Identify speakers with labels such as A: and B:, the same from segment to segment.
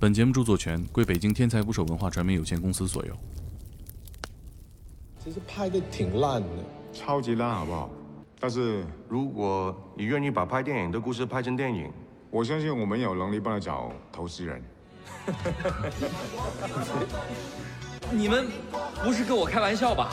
A: 本节目著作权归北京天才捕手文化传媒有限公司所有。
B: 其实拍的挺烂的，
C: 超级烂，好不好？但是
D: 如果你愿意把拍电影的故事拍成电影，
C: 我相信我们有能力帮他找投资人。
E: 你们不是跟我开玩笑吧？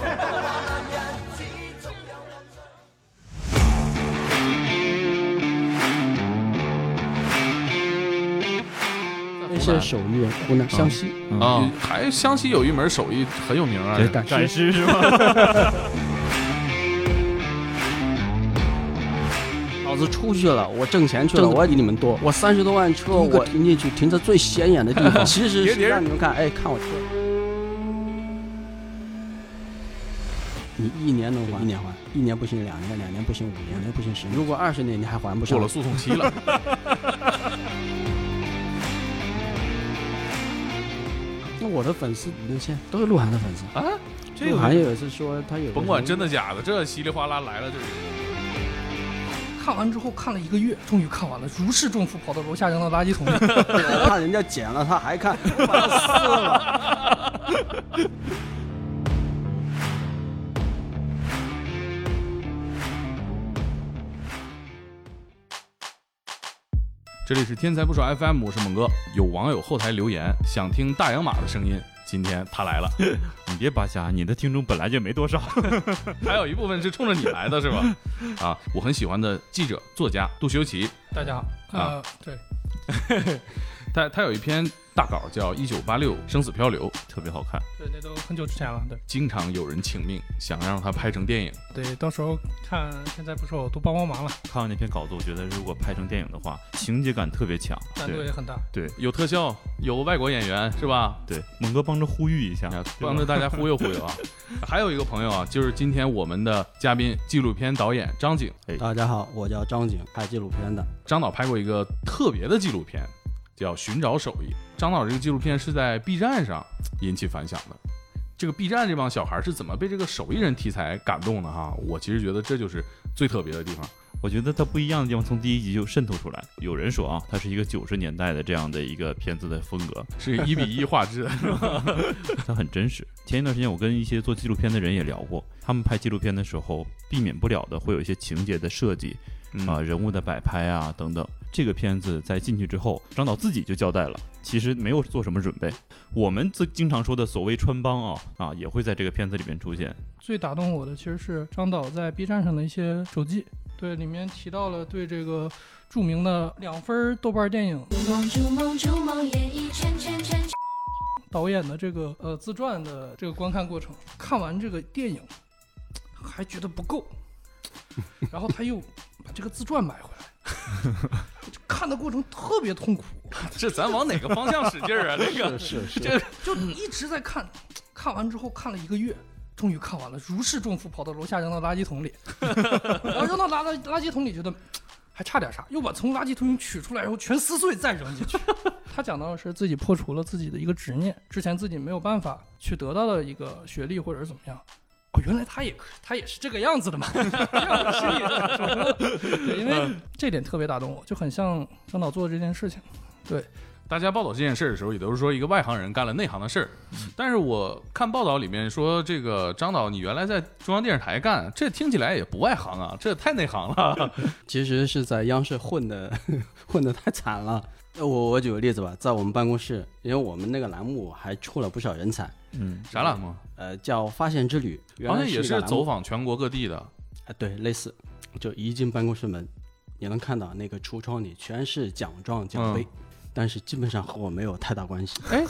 F: 这是手艺人，湖南湘西。
A: 嗯
G: 啊，
A: 哎
G: 还湘西有一门手艺很有名啊，
F: 对，赶
H: 展
F: 尸。
H: 示是吗？
F: 老子出去了，我挣钱去了，我也比你们多。我三十多万车，我停进去，停在最显眼的地方， 其实是让你们看，哎，看我车。你一年能还？一年还？一年不行，两年，两年不行，五年，两年不行，十年。如果二十年你还还不上，
G: 过了诉讼期了。
F: 那我的粉丝刘谦都是鹿晗的粉丝啊。鹿晗有一次说他有 个
G: 甭管
F: 什
G: 真
F: 么
G: 的假的，这稀里哗啦来了就是
I: 看完之后看了一个月，终于看完了，如释重负，跑到楼下扔到垃 圾桶里。
F: 我 怕人家剪了，他还看，我把他撕了。
A: 这里是天才捕手 FM，我是猛哥。有网友后台留言想听大洋马的声音，今天他来了。
H: 你别扒瞎，你的听众本来就没多少。
A: 还有一部分是冲着你来的，是吧？啊，我很喜欢的记者、作家杜修齐，
I: 大家好，
E: 啊
I: 呃，对，
A: 他他有一篇大稿叫《一九八六生死漂流》，
H: 特别好看，
I: 对，那都很久之前了，对，
A: 经常有人请命想让他拍成电影。
I: 对，到时候看现在不是我都帮帮忙了，
H: 看完那篇稿子，我觉得如果拍成电影的话，情节感特别强。
A: 啊
I: 难度也很大。
H: 对
A: 有特效，有外国演员，是吧？
H: 对，猛哥帮着呼吁一下
A: 啊，，
H: 对吧
A: 帮着大家忽悠忽悠啊！还有一个朋友啊，就是今天我们的嘉宾，纪录片导演张景。
F: 大家好，我叫张景，拍纪录片的。
A: 张导拍过一个特别的纪录片，叫《寻找手艺》。张导这个纪录片是在 B 站上引起反响的。这个 B 站这帮小孩是怎么被这个手艺人题材感动的哈？我其实觉得这就是最特别的地方。
H: 我觉得它不一样的地方从第一集就渗透出来。有人说啊，它是一个九十年代的这样的一个片子的风格，
A: 是一比一画质的，
H: 它很真实。前一段时间我跟一些做纪录片的人也聊过，他们拍纪录片的时候，避免不了的会有一些情节的设计
A: 嗯
H: 啊、人物的摆拍啊等等。这个片子在进去之后，张导自己就交代了，其实没有做什么准备。我们自经常说的所谓穿帮啊啊，也会在这个片子里面出现。
I: 最打动我的其实是张导在 B 站上的一些手记，对，里面提到了对这个著名的两分豆瓣电影
J: 梦逐梦逐梦演艺圈圈圈，
I: 导演的这个呃自传的这个观看过程，看完这个电影还觉得不够，然后他又把这个自传买回来，就看的过程特别痛苦，
A: 这咱往哪个方向使劲儿啊？这个
F: 是是，
I: 就一直在看，看完之后看了一个月。终于看完了，如释重负，跑到楼下扔到垃圾桶里，然后扔到垃垃垃圾桶里，觉得还差点啥，又把从垃圾桶里取出来，然后全撕碎再扔进去。他讲到的是自己破除了自己的一个执念，之前自己没有办法去得到的一个学历或者是怎么样。哦，原来他也他也是这个样子的嘛，让我失忆了。 对，因为这点特别打动我，就很像张导做的这件事情。
A: 大家报道这件事儿的时候，也都是说一个外行人干了内行的事儿。但是我看报道里面说，这个张导你原来在中央电视台干，这听起来也不外行啊，这也太内行 了。
F: 其实是在央视混的，混的太惨了。呃我我举个例子吧，在我们办公室，因为我们那个栏目还出了不少人才，
H: 嗯，
A: 啥栏目？
F: 呃，叫《发现之旅》，原
A: 好
F: 来
A: 像也
F: 是一个
A: 是
F: 栏目
A: 走访全国各地的。
F: 啊，对，类似，就一进办公室门，你能看到那个橱窗里全是奖状
A: 嗯
F: 奖杯，但是基本上和我没有太大关系。
A: 哎，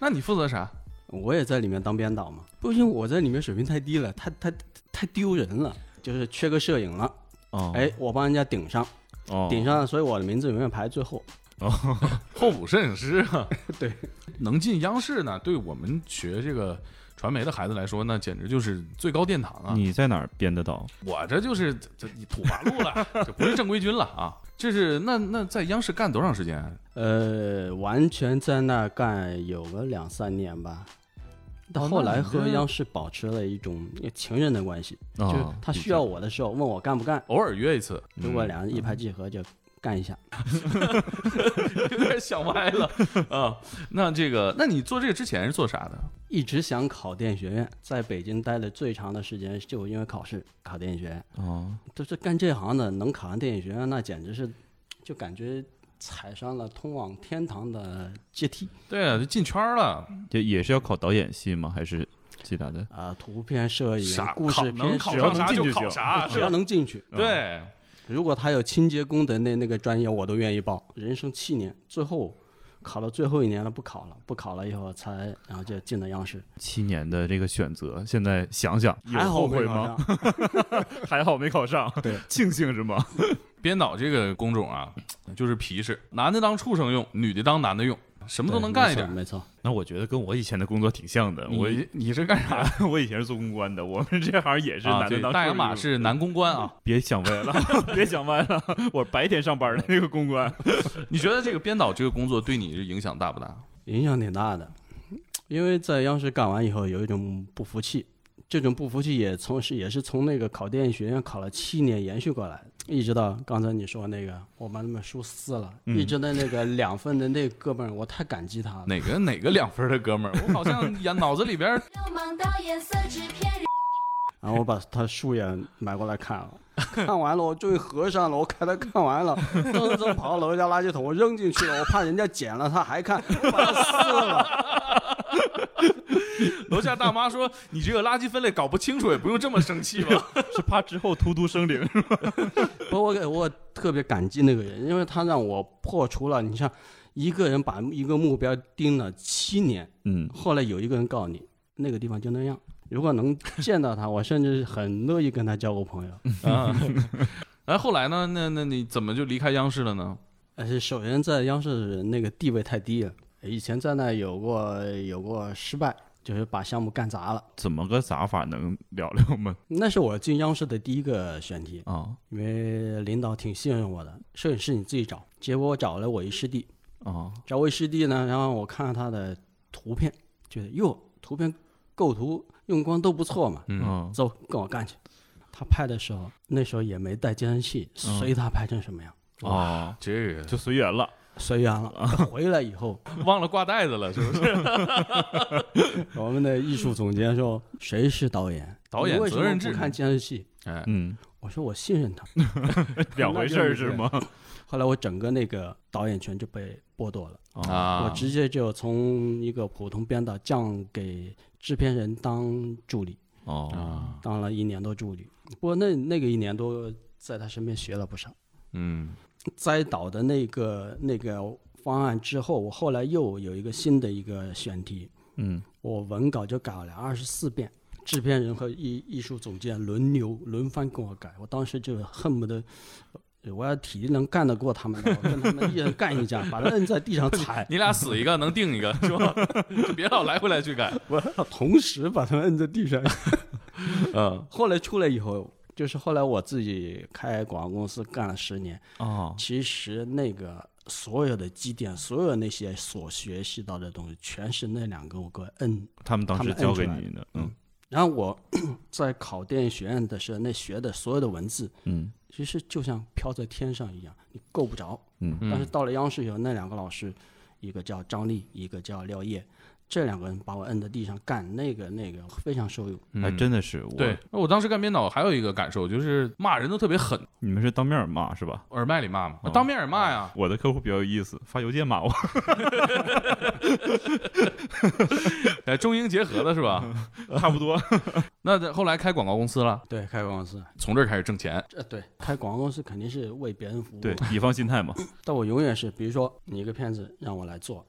A: 那你负责啥？
F: 我也在里面当编导嘛，不行，我在里面水平太低了，太太太丢人了，就是缺个摄影了，
H: 哦，
F: 哎，我帮人家顶上，
H: 哦，
F: 顶上了，所以我的名字永远排最后。
A: 候补摄影师啊，
F: 对，
A: 能进央视呢，对我们学这个传媒的孩子来说，那简直就是最高殿堂啊！
F: 嗯
H: 你在哪儿编的导？
A: 我这就是这这你土八路了， 这不是正规军了啊！这是那那在央视干多长时间啊？
F: 呃，完全在那儿干有个两三年吧。
A: 哦
F: 但
A: 那
F: 后来
A: 你
F: 和
A: 这
F: 央视保持了一种情人的关系，
H: 啊
F: 就他需要我的时候问我干不干，
A: 偶尔约一次，
F: 如果俩人一拍即合就干一下。
A: 嗯有点想歪了啊。那这个，那你做这个之前是做啥的？
F: 一直想考电影学院，在北京待的最长的时间就因为考试考电影学院。
H: 哦，
F: 就是干这行的，能考上电影学院，那简直是，就感觉踩上了通往天堂的阶梯
A: 对啊，就进圈儿了，
H: 就也是要考导演系吗？还是其他的？
F: 啊、图片
H: 哎
F: 摄影
A: 啥、
F: 故
A: 考
F: 事
A: 能
F: 片
A: 考
H: 只要
A: 上
H: 能
A: 啥
H: 进
A: 就
H: 就
A: 考
H: 行 嗯
A: 啥，
F: 只要能进去，
A: 对，
F: 如果他有清洁工的那那个专业，我都愿意报。人生七年，最后考到最后一年了，不考了，不考了以后才，然后就进了央视。
H: 七年的这个选择，现在想想有
F: 还好
H: 后
F: 我
H: 悔
F: 没考
H: 吗？
F: 上？
H: 还好没考上，
F: 对，
H: 庆幸是吗？
A: 编导这个工种啊，就是皮实，男的当畜生用，女的当男的用，什么都能干一点。
F: 没错。没错
H: 那我觉得跟我以前的工作挺像的，我
A: 你你是干啥的？
H: 我以前是做公关的，我们这行也 是
A: 啊，
H: 男
A: 对
H: 的当，
A: 大洋马是男公关 啊。
H: 别想歪了，别想歪了， 我是白天上班的那个公关。
A: 你觉得这个编导这个工作对你是影响大不大？
F: 影响挺大的，因为在央视干完以后有一种不服气，这种不服气也从是也是从那个考电影学院考了七年延续过来，一直到刚才你说那个我把他们书撕了，
H: 嗯
F: 一直到那个两分的那哥们儿，我太感激他了。
A: 哪个哪个两分的哥们儿？我好像 眼脑子里边
J: 流氓导演色纸片人，
F: 然后我把他书也买过来看了，看完了我终于合上了，我给他看完了，蹭蹭跑到楼下垃圾桶我扔进去了，我怕人家捡了他还看，我把他撕了。
A: 楼下大妈说：“你这个垃圾分类搞不清楚，也不用这么生气吧
H: 是怕之后突突生灵。
F: 不，我给我特别感激那个人，因为他让我破除了。你像一个人把一个目标盯了七年，
H: 嗯，
F: 后来有一个人告诉你那个地方就那样。如果能见到他，我甚至很乐意跟他交个朋友。？”
A: 啊， 哎，后来呢？那那你怎么就离开央视了呢？
F: 但哎是首先在央视那个地位太低了，以前在那有过有过失败，就是把项目干砸了。
H: 怎么个砸法能聊聊吗？
F: 那是我进央视的第一个选题，
H: 啊
F: 因为领导挺信任我的，摄影师你自己找。结果找了我一师弟，
H: 啊，
F: 找位师弟呢，然后我看了他的图片，觉得哟，图片构图用光都不错嘛，
A: 哦
H: 嗯
F: 走，跟我干去。他拍的时候，那时候也没带监视器，
H: 嗯
F: 随他拍成什么样，
H: 啊，
A: 这个
H: 就随缘了。
F: 随缘了。回来以后，
A: 忘了挂袋子了，是不 是？
F: 我们的艺术总监说：“谁是导演？
A: 导演
F: 你为什么
A: 责任制
F: 不看监视器。
A: 哎，
H: 嗯，”
F: 我说我信任他。
H: 两回事儿是吗？
F: 后来我整个那个导演权就被剥夺了，
H: 啊，
A: 啊，
F: 我直接就从一个普通编导降给制片人当助理。
H: 哦，
A: 啊，
F: 当了一年多助理。不过那那个一年多，在他身边学了不少。
A: 嗯，，
F: 栽倒的那个那个方案之后，我后来又有一个新的一个选题，
H: 嗯，
F: 我文稿就改了二十四遍，制片人和艺艺术总监轮流轮番跟我改，我当时就恨不得。呃我要体力能干得过他们的，我跟他们一人干一架，把他摁在地上踩
A: 你俩死一个能定一个，是吧？ 就别老来回来去改。
F: 我要同时把他们摁在地上
A: 嗯，
F: 后来出来以后，就是后来我自己开广告公司干了十年，
H: 哦，
F: 其实那个所有的积淀，所有那些所学习到的东西，全是那两个我给我摁。
H: 他们当时教给你的，嗯
F: 然后我 在考电影学院的时候，那学的所有的文字，
H: 嗯
F: 其实就像飘在天上一样，你够不着。
H: 嗯
F: 但是到了央视以后，那两个老师，一个叫张丽，一个叫廖烨，这两个人把我摁在地上干，那个那个非常受用。
H: 嗯还真的是我。
A: 对，我当时干编导还有一个感受就是骂人都特别狠，
H: 你们是当面骂是吧？
A: 耳麦里骂嘛
H: 哦，
A: 当面也骂呀。
H: 我的客户比较有意思，发邮件骂我。
A: 哎，中英结合的是吧？
H: 嗯差不多。
A: 那在后来开广告公司了，
F: 对，开广告公司，
A: 从这儿开始挣钱。
F: 这对开广告公司肯定是为别人服务。
H: 对，乙方心态嘛。
F: 但我永远是，比如说你一个片子让我来做，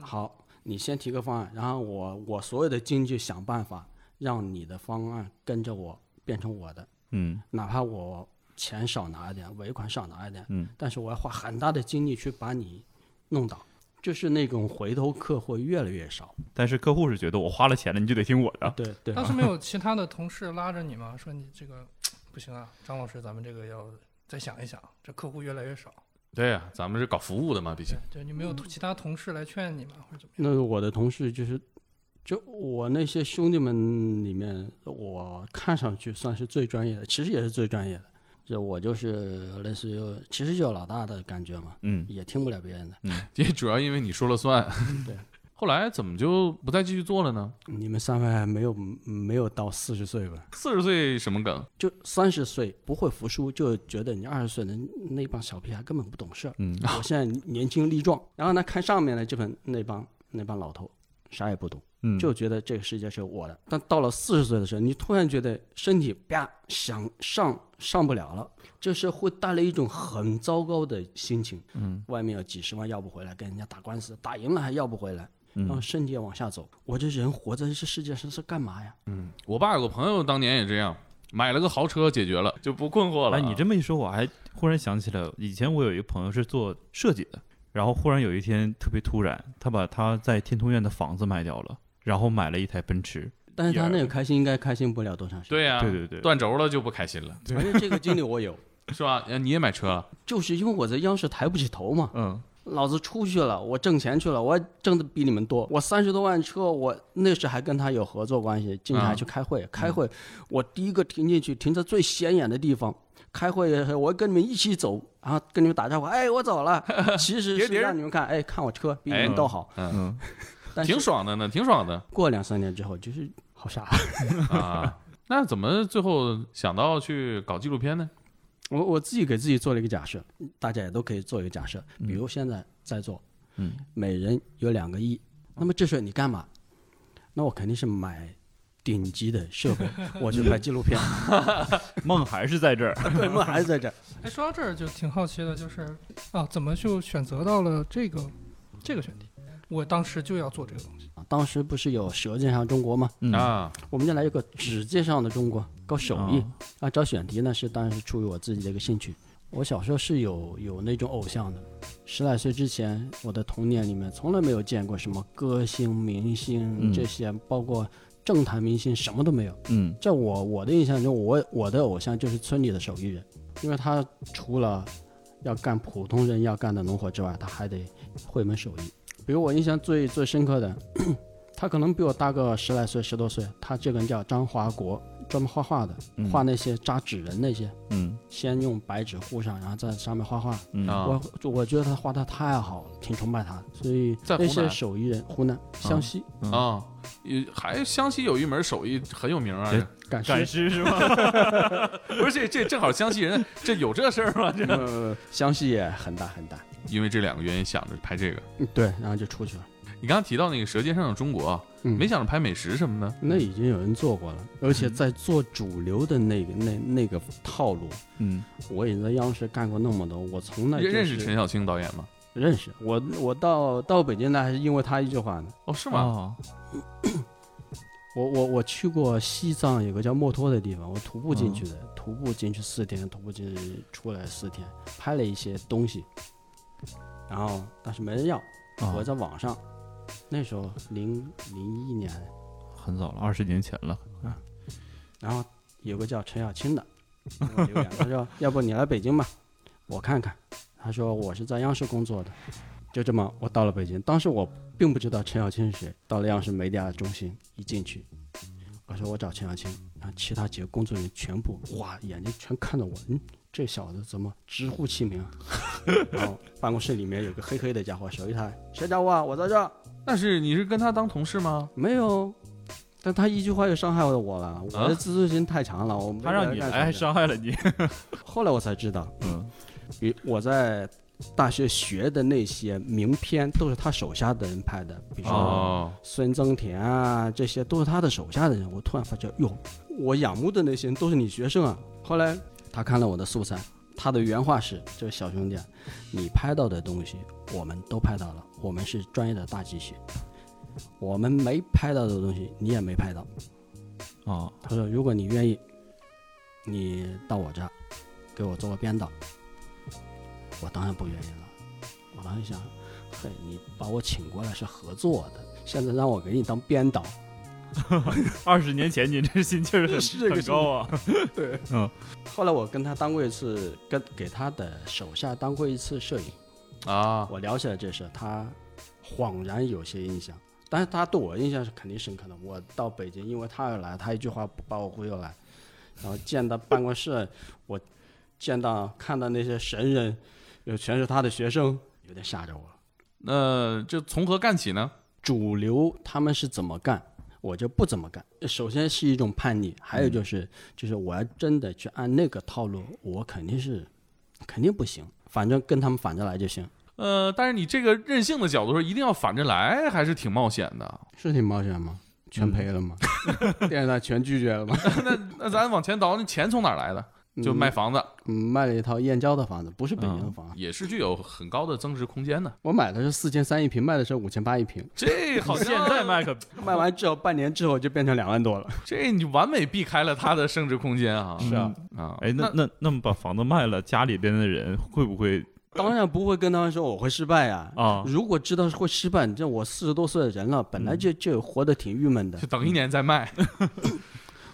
F: 好，你先提个方案，然后我我所有的精力去想办法让你的方案跟着我变成我的，
H: 嗯
F: 哪怕我钱少拿一点，尾款少拿一点，
H: 嗯，
F: 但是我要花很大的精力去把你弄倒，就是那种回头客会越来越少。
H: 但是客户是觉得我花了钱了，你就得听我的。
F: 对对，啊
I: 当时没有其他的同事拉着你吗？ 说你这个不行啊，张老师，咱们这个要再想一想，这客户越来越少。
A: 对呀、咱们是搞服务的嘛，毕竟
I: 对，就你没有其他同事来劝你吗？或者怎么样？
F: 那我的同事就是，就我那些兄弟们里面，我看上去算是最专业的，其实也是最专业的。这我就是类似于其实就是老大的感觉嘛，
H: 嗯
F: 也听不了别人的。
A: 也主要因为你说了算。
F: 对，
A: 后来怎么就不再继续做了呢？
F: 你们三位还没有没有到四十岁吧？
A: 四十岁什么梗？
F: 就三十岁不会服输，就觉得你二十岁的那帮小屁孩根本不懂事儿。
H: 嗯，
F: 我现在年轻力壮，然后呢，看上面的这帮那帮那帮老头，啥也不懂，
H: 嗯
F: 就觉得这个世界是我的。但到了四十岁的时候，你突然觉得身体啪想上上不了了，这是会带来一种很糟糕的心情。嗯，外面有几十万要不回来，跟人家打官司，打赢了还要不回来，
H: 嗯
F: 然后身体也往下走。我这人活在这世界上是干嘛呀？
A: 我爸有个朋友当年也这样，买了个豪车，解决了就不困惑了。啊
H: 哎，你这么一说，我还忽然想起来，以前我有一个朋友是做设计的，然后忽然有一天特别突然，他把他在天通苑的房子卖掉了，然后买了一台奔驰。
F: 但是他那个开心应该开心不了多长时间。
A: 对呀、
H: 对对对
A: 断轴了就不开心了，
F: 反正这个经历我有，
A: 是吧？呃你也买车了，
F: 就是因为我在央视抬不起头嘛。
H: 嗯，
F: 老子出去了，我挣钱去了，我挣的比你们多。我三十多万车，我那时还跟他有合作关系，经常还去开会。开会，我第一个停进去，停在最显眼的地方。开会的时候，我跟你们一起走，然后跟你们打招呼，哎，我走 了。其实是让你们看，哎，看我车比你们都好。
A: 嗯，
F: 但是
A: 挺爽的呢，挺爽的
F: 过两三年之后，就是好傻。
A: 啊。那怎么最后想到去搞纪录片呢？
F: 我我自己给自己做了一个假设，大家也都可以做一个假设，比如现在在座，嗯，每人有两个亿，那么这时候你干嘛？那我肯定是买顶级的设备，我去拍纪录片，
H: 梦还是在 这儿。
F: 为什么还是在这儿？
I: 哎，说到这儿就挺好奇的，就是啊，怎么就选择到了这个这个选题？我当时就要做这个东西，
F: 当时不是有《舌尖上中国》吗？
H: 嗯
A: 啊，
F: 我们就来一个《指尖上的中国》，搞手
H: 哦
F: 艺。啊，找选题呢是当然是出于我自己的一个兴趣。我小时候是有有那种偶像的，十来岁之前，我的童年里面从来没有见过什么歌星、明星
H: 嗯
F: 这些，包括政坛明星，什么都没有。
H: 嗯
F: 在我我的印象中，我我的偶像就是村里的手艺人，因为他除了要干普通人要干的农活之外，他还得会一门手艺。比如我印象最最深刻的， 他可能比我大个十来岁、十多岁，他这个人叫张华国，专门画画的，
H: 嗯
F: 画那些扎纸人那些，
H: 嗯
F: 先用白纸糊上，然后在上面画画。
H: 嗯
A: 啊
F: 我我觉得他画的太好了，挺崇拜他的，所以
A: 在湖
F: 那些
A: 南
F: 手艺人，湖南湘西
A: 啊，也还湘西有一门手艺很有名啊，
H: 对
F: 赶尸
H: 赶尸是吧？
A: 不是这这正好湘西人这有这事儿吗？ 这
F: 呃， 湘西也很大很大。
A: 因为这两个原因想着拍这个。
F: 嗯对，然后就出去了。
A: 你刚刚提到那个《舌尖上的中国》啊，
F: 嗯
A: 没想着拍美食什么的，
F: 那已经有人做过了，而且在做主流的那个那那个套路，
H: 嗯
F: 我也在央视干过那么多，我从来、就
A: 认
F: 是、
A: 认识陈小青导演吗？
F: 认识我，我到到北京来还是因为他一句话呢。
A: 哦，是吗？
H: 啊
F: 我我我去过西藏有个叫墨脱的地方，我徒步进去的，徒步进去四天，徒步进去出来四天，拍了一些东西，然后但是没人要，
H: 啊
F: 我在网上，那时候零零一年，
H: 很早了，二十年前了。
F: 然后有个叫陈小青的，给我留言，他说：“ 要不你来北京吧，我看看。”他说：“我是在央视工作的。”就这么，我到了北京。当时我并不知道陈小青是谁。到了央视媒体啊中心，一进去，我说我找陈小青，然后其他几个工作人员全部哇，眼睛全看着我，嗯，这小子怎么直呼其名啊？ 然后办公室里面有个黑黑的家伙，手一抬，谁找我啊？我在这儿。
A: 但是你是跟他当同事吗？
F: 没有，但他一句话就伤害了我了。我
A: 啊
F: 的自尊心太强了，我没
H: 他让你
F: 干
H: 来，还
F: 啥的
H: 伤害了你。
F: 后来我才知道，
H: 嗯
F: 比我在大学学的那些名片都是他手下的人拍的，比如说
A: 哦，
F: 孙增田啊，这些都是他的手下的人。我突然发觉，哟，我仰慕的那些人都是你学生啊。后来他看了我的素材，他的原话是：“这位小兄弟啊，你拍到的东西我们都拍到了，我们是专业的大机器，我们没拍到的东西你也没拍到。”
H: 啊
F: 他说：“如果你愿意，你到我这儿给我做个编导。”我当然不愿意了，我当时想，嘿，你把我请过来是合作的，现在让我给你当编导，
H: 二十年前你这心气儿 很
F: 是这个
H: 很高啊。
F: 对，
H: 嗯。
F: 后来我跟他当过一次，跟给他的手下当过一次摄影，
A: 啊，
F: 我聊起来这事，他恍然有些印象，但是他对我印象是肯定深刻的。我到北京，因为他而来，他一句话不把我忽悠来，然后见到办公室，我见到看到那些神人，有全是他的学生，有点吓着我了。
A: 那这从何干起呢？
F: 主流他们是怎么干，我就不怎么干。首先是一种叛逆，还有就是、就是我要真的去按那个套路，我肯定是肯定不行，反正跟他们反着来就行，
A: 呃，但是你这个任性的角度说，一定要反着来，还是挺冒险的。
F: 是挺冒险吗？全赔了吗？电视台全拒绝了吗？
A: 那那咱往前倒，那钱从哪儿来的？就卖房子，
F: 嗯卖了一套燕郊的房子，不是北京的房子。
A: 也是具有很高的增值空间的。
F: 我买的是四千三一平，卖的是五千八一平，
A: 这好像
H: 现在卖可
F: 卖完之后半年之后就变成两万多了。
A: 这你完美避开了它的升值空间啊！
H: 是啊，
A: 啊，
H: 哎，那那那么把房子卖了，家里边的人会不会
F: 当然不会跟他们说我会失败呀、
H: 啊
F: 如果知道是会失败，你这我四十多岁的人了，本来就就活得挺郁闷的
A: 就。等一年再卖。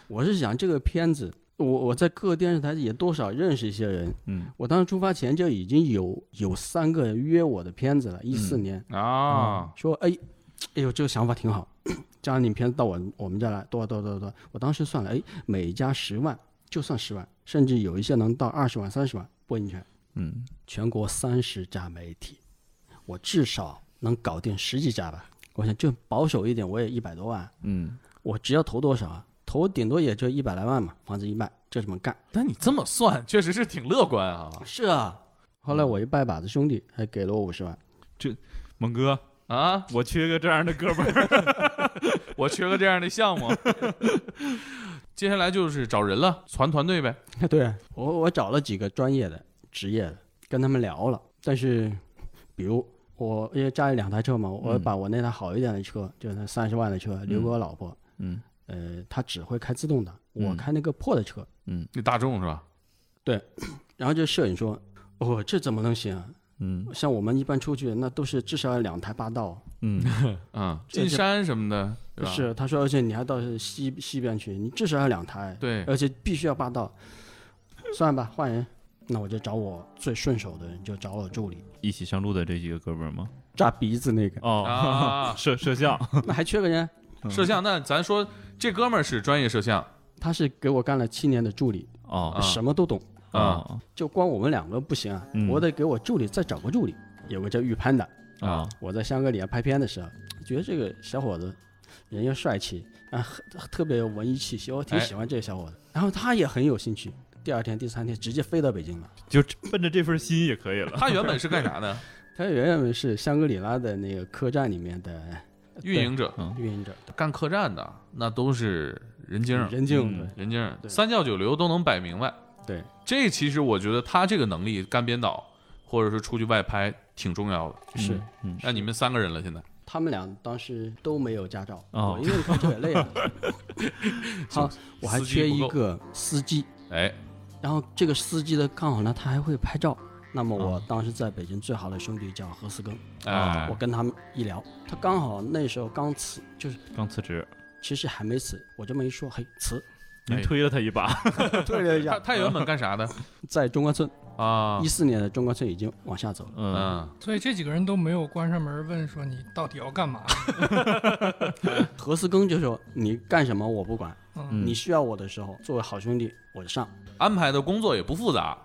F: 我是想这个片子，我我在各个电视台也多少认识一些人。
H: 嗯，
F: 我当时出发前就已经有有三个约我的片子了，一四年、
A: 啊，
F: 说哎，哎呦这个想法挺好，这样你片子到我我们这儿来多少多少多少多少，我当时算了，哎，每家十万就算十万，甚至有一些能到二十万三十万播映权。
H: 嗯
F: 全国三十家媒体，我至少能搞定十几家吧。我想就保守一点，我也一百多万，
H: 嗯
F: 我只要投多少啊？投顶多也就一百来万嘛，房子一卖，就这么干。
A: 但你这么算，确实是挺乐观啊
F: 是啊，后来我一拜把子兄弟还给了我五十万，
H: 猛哥，
A: 啊！
H: 我缺个这样的哥们儿。
A: 我缺个这样的项 目。接下来就是找人了，传团队呗。
F: 对啊我我找了几个专业的、职业的，跟他们聊了。但是，比如我因为家里两台车嘛，我把我那台好一点的车，就是那三十万的车留给我老婆，
H: 嗯
F: 呃，她只会开自动挡，我
H: 嗯
F: 开那个破的车，
A: 那大众是吧？
F: 然后就摄影说：“哦，这怎么能行、啊？
H: 嗯
F: 像我们一般出去，那都是至少要两台霸道。
H: 嗯
A: 嗯，
F: 啊这
A: 进山什么的，对吧
F: 是，他说，而且你还到西西边去，你至少要两台，
A: 对
F: 而且必须要霸道。算了吧，换人。那我就找我最顺手的人，就找我助理，
H: 一起上路的这几个哥们儿吗？
F: 扎鼻子那个，
H: 哦，。
A: 啊
H: 摄摄像，
F: 那还缺个人。
A: 摄像，那咱说这哥们儿是专业摄像
F: 他是给我干了七年的助理，
H: 哦
A: 啊
F: 什么都懂，
A: 啊
H: 哦
F: 就光我们两个不行啊，
H: 嗯
F: 我得给我助理再找个助理。有个叫玉潘的，
H: 啊，
F: 我在香格里拉拍片的时候，觉得这个小伙子人又帅气，啊，很特别有文艺气息，我挺
A: 哎
F: 喜欢这个小伙子。然后他也很有兴趣，第二天、第三天直接飞到北京了。
H: 就奔着这份心也可以了。
A: 他原本是干啥 的？
F: 他原本是香格里拉的那个客栈里面的
A: 运营者，
F: 运营者，
A: 干客栈的那都是人精儿，
F: 任静，
H: 嗯
A: 人精儿，
F: 对
A: 三教九流都能摆明白。
F: 对，
A: 这其实我觉得他这个能力干编导，或者是出去外拍挺重要的。
F: 是
H: 嗯，
A: 那你们三个人了，现在
F: 他们俩当时都没有驾照，
H: 哦
F: 我因为开车也累 了。好，我还
A: 司机
F: 缺
A: 不
F: 一
A: 够
F: 个司机，
A: 哎，
F: 然后这个司机的刚好呢，他还会拍照。那么我当时在北京最好的兄弟叫何思庚，
A: 哎
F: 我跟他们一聊，他刚好那时候刚辞，就是
H: 嗯刚辞职，
F: 其实还没辞。我这么一说，嘿， 辞
H: 您推了他一把。
F: 退了一
A: 他，他原本干啥 的
F: 在中关村，
A: 啊
F: 一？四年的中关村已经往下走了。
H: 嗯，
A: 嗯，
I: 所以这几个人都没有关上门问说你到底要干嘛。
F: 何思庚就说：“你干什么我不管，
I: 嗯
F: 你需要我的时候，作为好兄弟我就上。
A: 安排的工作也不复杂，”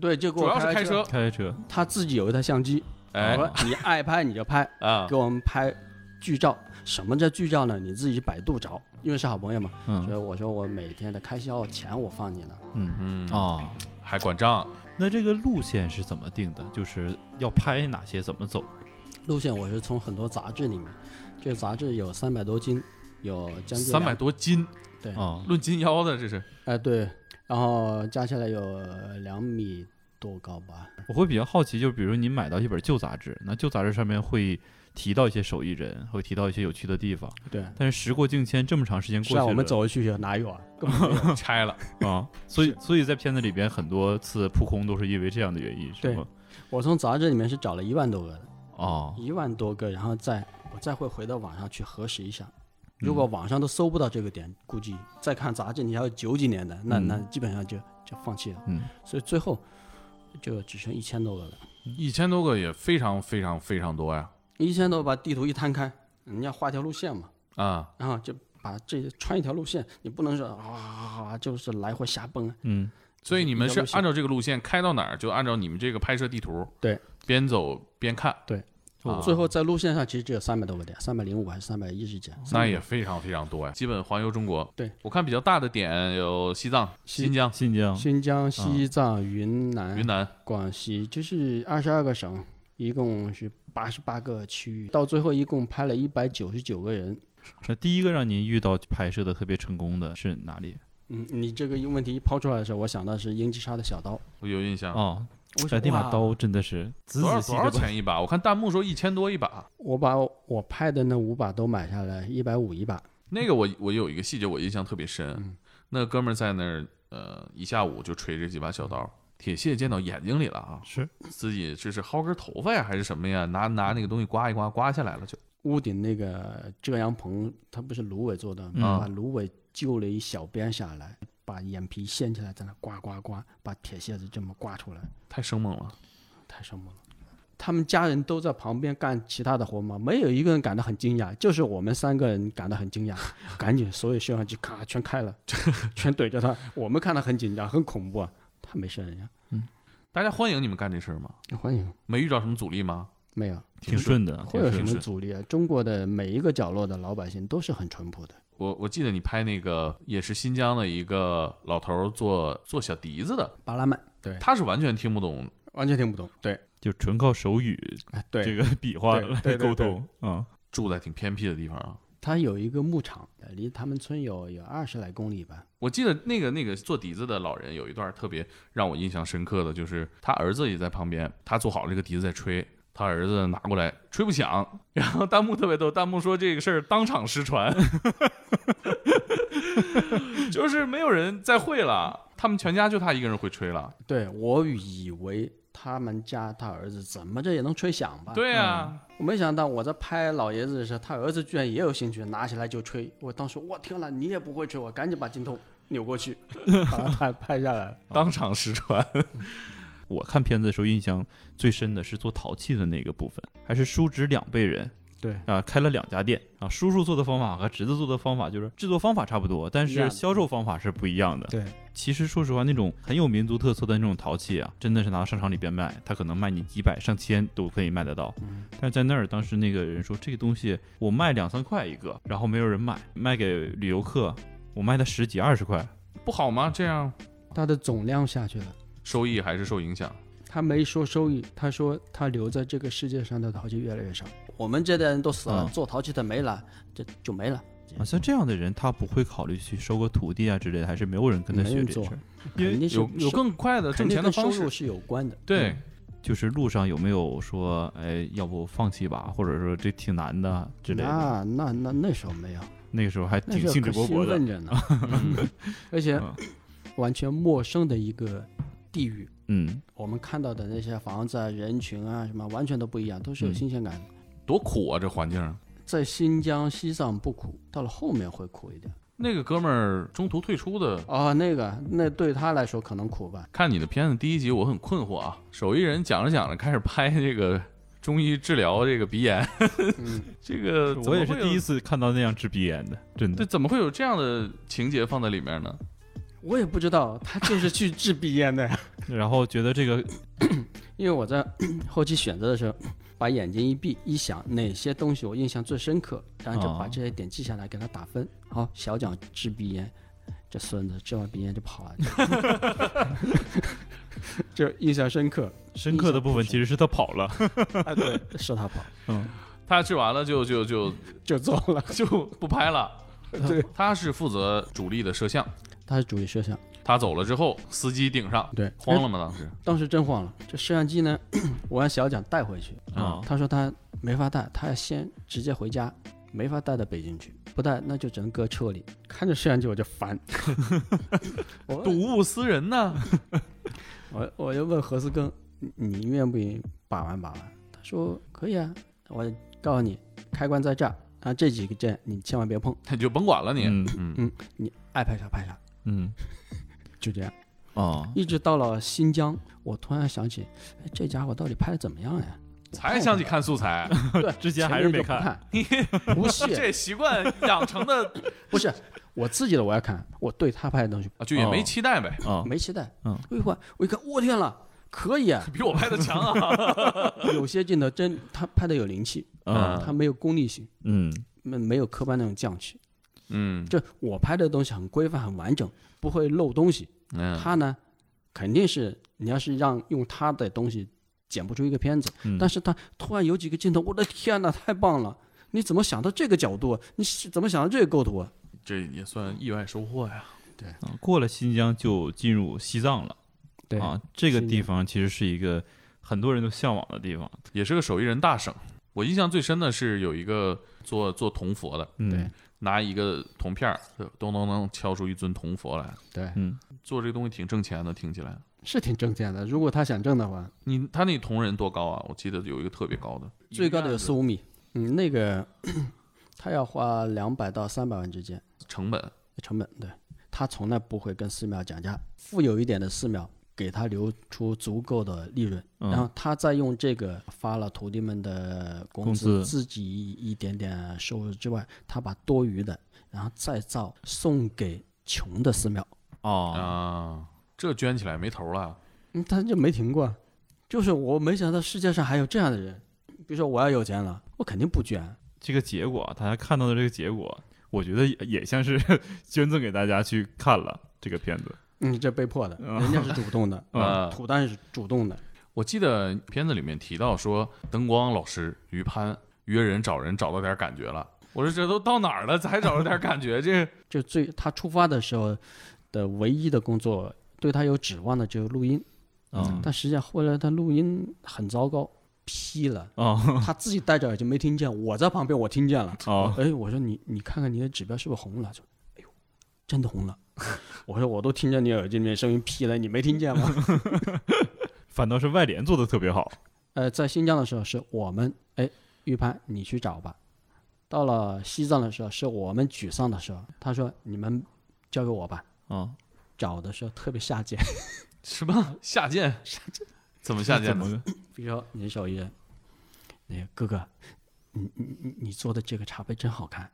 F: 对，就给
A: 主
F: 我
A: 要是
F: 开
A: 开车，
H: 开车，
F: 他自己有一台相机，
A: 哎
F: 好了你爱拍你就拍，
A: 啊
F: 给，我们拍剧照。什么叫剧照呢？你自己百度找，因为是好朋友嘛。所
H: 嗯
F: 以我说我每天的开销钱我放你了，
H: 嗯
A: 嗯，
H: 哦，
A: 还管账，
H: 那这个路线是怎么定的？就是要拍哪些，怎么走？
F: 路线我是从很多杂志里面，这杂志有三百多斤，有将近
A: 三百
F: 两，
A: 多斤，
H: 哦，
A: 论斤腰的 这是。
F: 哎对，然后加起来有两米多高吧。
H: 我会比较好奇，就是比如您买到一本旧杂志，那旧杂志上面会提到一些手艺人，会提到一些有趣的地方。
F: 对，
H: 但是时过境迁，这么长时间过去
F: 是
H: 了，
F: 啊，我们走去哪有啊？
A: 拆了，
H: 啊，所以所以在片子里边很多次扑空都是因为这样的原因，是
F: 对
H: 吗？
F: 我从杂志里面是找了一万多个的，
H: 哦，
F: 一万多个，然后再我再会回到网上去核实一下。如果网上都搜不到这个点，估计再看杂志，你还有九几年的，那
H: 嗯
F: 那基本上就就放弃了。
H: 嗯，
F: 所以最后就只剩一千多个了。
A: 一千多个也非常非常非常多呀，
F: 一千多把地图一摊开，你要画条路线嘛，
A: 啊，
F: 然后就把这穿一条路线，你不能说啊就是来回瞎蹦啊，
H: 嗯
A: 所以你们
F: 比
A: 是
F: 较路线
A: 按照这个路线开到哪儿就按照你们这个拍摄地图，
F: 对，
A: 边走边看，啊
F: 最后在路线上其实只有三百多个点，三百零五还是三百一十几？
A: 那也非常非常多呀，基本环游中国。
F: 对
A: 我看比较大的点有西藏、
F: 西
A: 新疆、
H: 新疆
F: 新疆、西藏、云南、
A: 云南，
F: 广西，就是二十二个省，一共是八十八个区域，到最后一共拍了一百九十九个人。
H: 那第一个让您遇到拍摄的特别成功的是哪里？
F: 嗯，你这个问题一抛出来的时候，我想到是英吉沙的小刀，
A: 我有印
F: 啊
A: 象。
H: 哦，
F: 我说
H: 哎那把
F: 哇
H: 刀真的是仔
A: 多少
H: 仔细
A: 多少
H: 的
A: 钱一把？我看弹幕说一千多一把。
F: 我把我拍的那五把都买下来，一百五一把。
A: 那个我我有一个细节我印象特别深，那哥们儿在那儿呃一下午就锤这几把小刀，铁屑溅到眼睛里了啊！
H: 是
A: 自己就是薅根头发呀还是什么呀？拿拿那个东西刮一刮，刮下来了就。
F: 屋顶那个遮阳棚，它不是芦苇做的吗，
H: 嗯
F: 把芦苇揪了一小边下来，把眼皮掀起来，在那刮刮刮，把铁屑子这么刮出来，
A: 太生猛了，
F: 太生猛了。他们家人都在旁边干其他的活嘛，没有一个人感到很惊讶，就是我们三个人感到很惊讶， 赶紧所有摄像机咔全开了， 全怼着他。我们看他很紧张，很恐怖啊，他没事人呀。
A: 大家欢迎你们干这事儿吗？
F: 欢迎，
A: 没遇到什么阻力吗？
F: 没有
H: 挺顺的，
F: 会有什么阻力啊？中国的每一个角落的老百姓都是很淳朴的。
A: 我我记得你拍那个也是新疆的一个老头儿做做小笛子的，
F: 巴拉曼，对，
A: 他是完全听不懂
F: 完全听不懂。对，
H: 就纯靠手语
F: 哎，对，
H: 这个比划
F: 对
H: 来
F: 对对
H: 沟通啊。
A: 住在挺偏僻的地方啊。
F: 他有一个牧场，呃离他们村有有二十来公里吧。
A: 我记得那个那个做笛子的老人有一段特别让我印象深刻的，就是他儿子也在旁边，他做好了这个笛子在吹，他儿子拿过来吹不响，然后弹幕特别逗，弹幕说这个事儿当场失传， 就是没有人再会了，他们全家就他一个人会吹了。
F: 对我以为他们家他儿子怎么着也能吹响吧？，
A: 对啊，
F: 我没想到我在拍老爷子的时候，他儿子居然也有兴趣，拿起来就吹。我当时我天了，你也不会吹，我赶紧把镜头扭过 去，把他拍拍下来了。
A: 当场失传。
H: 我看片子的时候，印象最深的是做陶器的那个部分，还是叔侄两辈人
F: 对
H: 啊，开了两家店啊。叔叔做的方法和侄子做的方法就是制作方法差不多，但
F: 一样
H: 是
F: 的
H: 销售方法是不一样的。
F: 对，
H: 其实说实话，那种很有民族特色的那种陶器啊，真的是拿到商场里边卖，它可能卖你几百、上千都可以卖得到。
F: 嗯
H: 但是在那儿，当时那个人说这个东西我卖两三块一个，然后没有人买，卖给旅游客，我卖的十几二十块。
A: 不好吗？这样
F: 他的总量下去了。
A: 收益还是受影响。
F: 他没说收益，他说他留在这个世界上的陶器越来越少。我们这代人都死了，
H: 嗯
F: 做陶器的没了，这就没了。
H: 啊，像这样的人，他不会考虑去收个徒弟啊之类的，还是没有人跟他
F: 没
H: 学
F: 人
H: 这事
F: 做
H: 儿。因为
F: 肯定是
A: 有有
F: 收
A: 更快的挣
F: 肯定
A: 钱的
F: 跟
A: 方
F: 收入
A: 式，
F: 是有关的。
A: 对，
H: 就是路上有没有说，哎，要不放弃吧，或者说这挺难的之类的。
F: 那那那那时候没有，
H: 那个时候还
F: 那
H: 挺
F: 时候
H: 兴致
F: 可
H: 勃勃
F: 兴
H: 的
F: 奋着 呢，而且
H: 嗯
F: 完全陌生的一个地域，
H: 嗯，
F: 我们看到的那些房子啊、人群啊什么，完全都不一样，都是有
H: 嗯
F: 新鲜感的。
A: 多苦啊这环境。
F: 在新疆、西藏不苦，到了后面会苦一点。
A: 那个哥们儿中途退出的
F: 哦，那个，那对他来说可能苦吧。
A: 看你的片子第一集，我很困惑啊。手艺人讲着讲着开始拍这个中医治疗这个鼻炎，
F: 嗯，
A: 这个呃怎么
H: 我也是
A: 会有
H: 第一次看到那样治鼻炎的，真
A: 对，
H: 的。
A: 怎么会有这样的情节放在里面呢？
F: 我也不知道，他就是去治鼻炎的呀。
H: 然后觉得这个
F: 因为我在 后期选择的时候，把眼睛一闭一想，哪些东西我印象最深刻，然后就把
H: 哦
F: 这些点记下来，给他打分。好，小蒋治鼻炎，这孙子治完鼻炎就跑了， 就印象深刻。
H: 深刻的部分其实是他跑了，
F: 啊，对，是他跑
A: 他治完了就就 就
F: 就走了。
A: 就不拍了。对，他是负责主力的摄像，
F: 他是主力摄像，
A: 他走了之后，司机顶上，
F: 对，
A: 慌了吗？当时
F: 当时真慌了。这摄像机呢， 我让小蒋带回去
H: 啊
F: 他说他没法带，他要先直接回家，没法带到北京去，不带那就只能搁车里。看着摄像机我 就烦，我问
A: 睹物思人呢，
F: 我我就问何思庚，你你愿不愿意把玩把玩？他说可以啊，我告诉你，开关在这儿啊，这几个键你千万别碰，
A: 你 就甭管了你。
H: 嗯
A: 嗯，
F: 嗯，你爱拍啥拍啥，
H: 嗯
F: 就这样。
H: 啊，
F: 一直到了新疆，我突然想起，哎，这家伙到底拍的怎么样呀？
A: 才想起看素 材，
F: 对，
H: 之前
F: 前
H: 还是
F: 面
H: 没
F: 就不
H: 看
F: 看，不是
A: 这习惯养成的
F: 不是，我自己的我要看，我对他拍的东西
A: 啊，就也没期待呗，
H: 啊，
F: 没期待。
H: 嗯，
F: 我一会儿我一看，我天了，可以啊！
A: 比我拍的强啊。
F: 有些镜头真他拍的有灵气，
H: 啊
F: 他没有功利性，
H: 嗯
F: 没没有科班那种匠气。
A: 嗯
F: 就我拍的东西很规范、很完整，不会漏东西。
A: 嗯，
F: 他呢，肯定是你要是让用他的东西剪不出一个片子，
H: 嗯
F: 但是他突然有几个镜头，我的天呐，太棒了！你怎么想到这个角度？啊你是怎么想到这个构图？啊
A: 这也算意外收获呀。
H: 啊过了新疆就进入西藏了
F: 对
H: 啊，这个
F: 新
H: 地
F: 疆
H: 方其实是一个很多人都向往的地方。
A: 也是个手艺人大省。我印象最深的是有一个做做铜佛的，
H: 嗯，
A: 拿一个铜片儿，咚咚咚敲出一尊铜佛来。
F: 对
H: 嗯，
A: 做这个东西挺挣钱的，听起来。
F: 是挺挣钱的。如果他想挣的话，
A: 你他那铜人多高啊？我记得有一个特别高的，
F: 最高的有四
A: 四
F: 五米，嗯，那个 他要花两百到三百万之间
A: 成本。
F: 成本。对，他从来不会跟寺庙讲价，富有一点的寺庙给他留出足够的利润，
H: 嗯
F: 然后他再用这个发了徒弟们的工
H: 工资
F: 自己一点点收入之外，他把多余的，然后再造送给穷的寺庙。
H: 哦，
A: 啊，这捐起来没头了。
F: 嗯，他就没停过，就是我没想到世界上还有这样的人。比如说我要有钱了，我肯定不捐。
H: 这个结果，大家看到的这个结果，我觉得也也像是 捐赠给大家去看了这个片子。
F: 嗯，这被迫的，人家是主动 的，
H: 嗯
A: 啊
F: 土蛋是主动的，
A: 我记得片子里面提到说，灯光老师于潘约人找人找到点感觉了。我说这都到哪儿了，才找到点感觉？这
F: 就最他出发的时候的唯一的工作，对他有指望的只有录音，
H: 嗯
F: 但实际上后来他录音很糟糕，劈了，
H: 哦
F: 他自己戴着耳机没听见，我在旁边我听见了，
H: 哦，
F: 哎，我说你你看看你的指标是不是红了？就，哎呦，真的红了。我说我都听见你耳机里面声音劈了，你没听见吗？
H: 反倒是外联做的特别 好。
F: 呃，在新疆的时候是我们哎预判你去找吧，到了西藏的时候是我们沮丧的时候，他说你们交给我吧。
H: 啊，
F: 找的时候特别下贱，
A: 什么下贱？怎么下
H: 怎
A: 贱
H: 么
A: 呢？
H: 个？
F: 比如说你是手艺人，那个哥哥，你你你你做的这个茶杯真好看，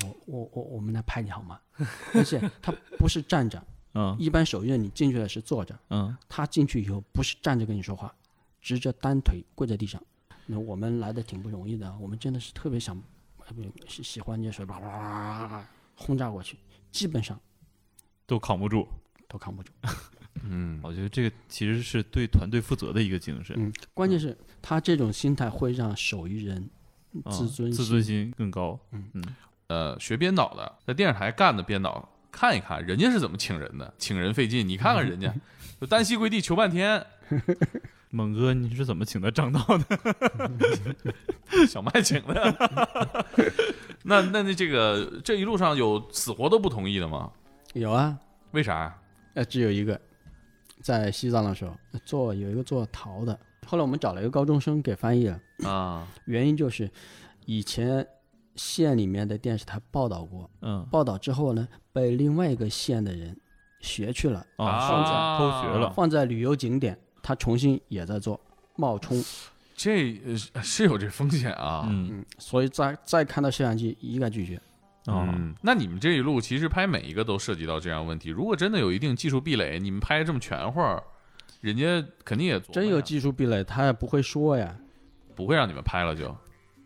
F: 我我我我们来拍你好吗？ 而且他不是站着，
H: 嗯
F: 一般手艺人你进去的是坐着，
H: 嗯
F: 他进去以后不是站着跟你说话，直着单腿跪在地上。那我们来的挺不容易的，我们真的是特别想，呃不喜喜欢这水，叭叭叭叭叭轰炸过去，基本上
H: 都扛不住。
F: 都扛不住。
A: 嗯，
H: 我觉得这个其实是对团队负责的一个精神，
F: 嗯，关键是他这种心态会让手艺人
H: 啊
F: 嗯自尊
H: 自
F: 心
H: 尊心更高。
A: 呃，学编导的，在电视台干的编导，看一看人家是怎么请人的，请人费劲，你看看人家，就单膝跪地求半天，
H: 猛哥，你是怎么请他张道的？
A: 小麦请的。 那那那这个这一路上有死活都不同意的吗？
F: 有啊，
A: 为啥呀？
F: 呃，只有一个，在西藏的时候做有一个做陶的，后来我们找了一个高中生给翻译了，
A: 啊，
F: 原因就是以前县里面的电视台报道过，
H: 嗯，
F: 报道之后呢，被另外一个县的人学去了，
H: 啊，
F: 上次
H: 偷学了
F: 放在旅游景点，他重新也在做冒 充，
A: 这呃是有这风险啊。
H: 嗯
F: 嗯，所以再再看到摄像机一概拒绝。
H: 啊，
A: 嗯那你们这一路其实拍每一个都涉及到这样的问题。如果真的有一定技术壁垒，你们拍这么全乎儿，人家肯定也琢磨
F: 真有
A: 呀
F: 技术壁垒，他也不会说呀。
A: 不会让你们拍了就。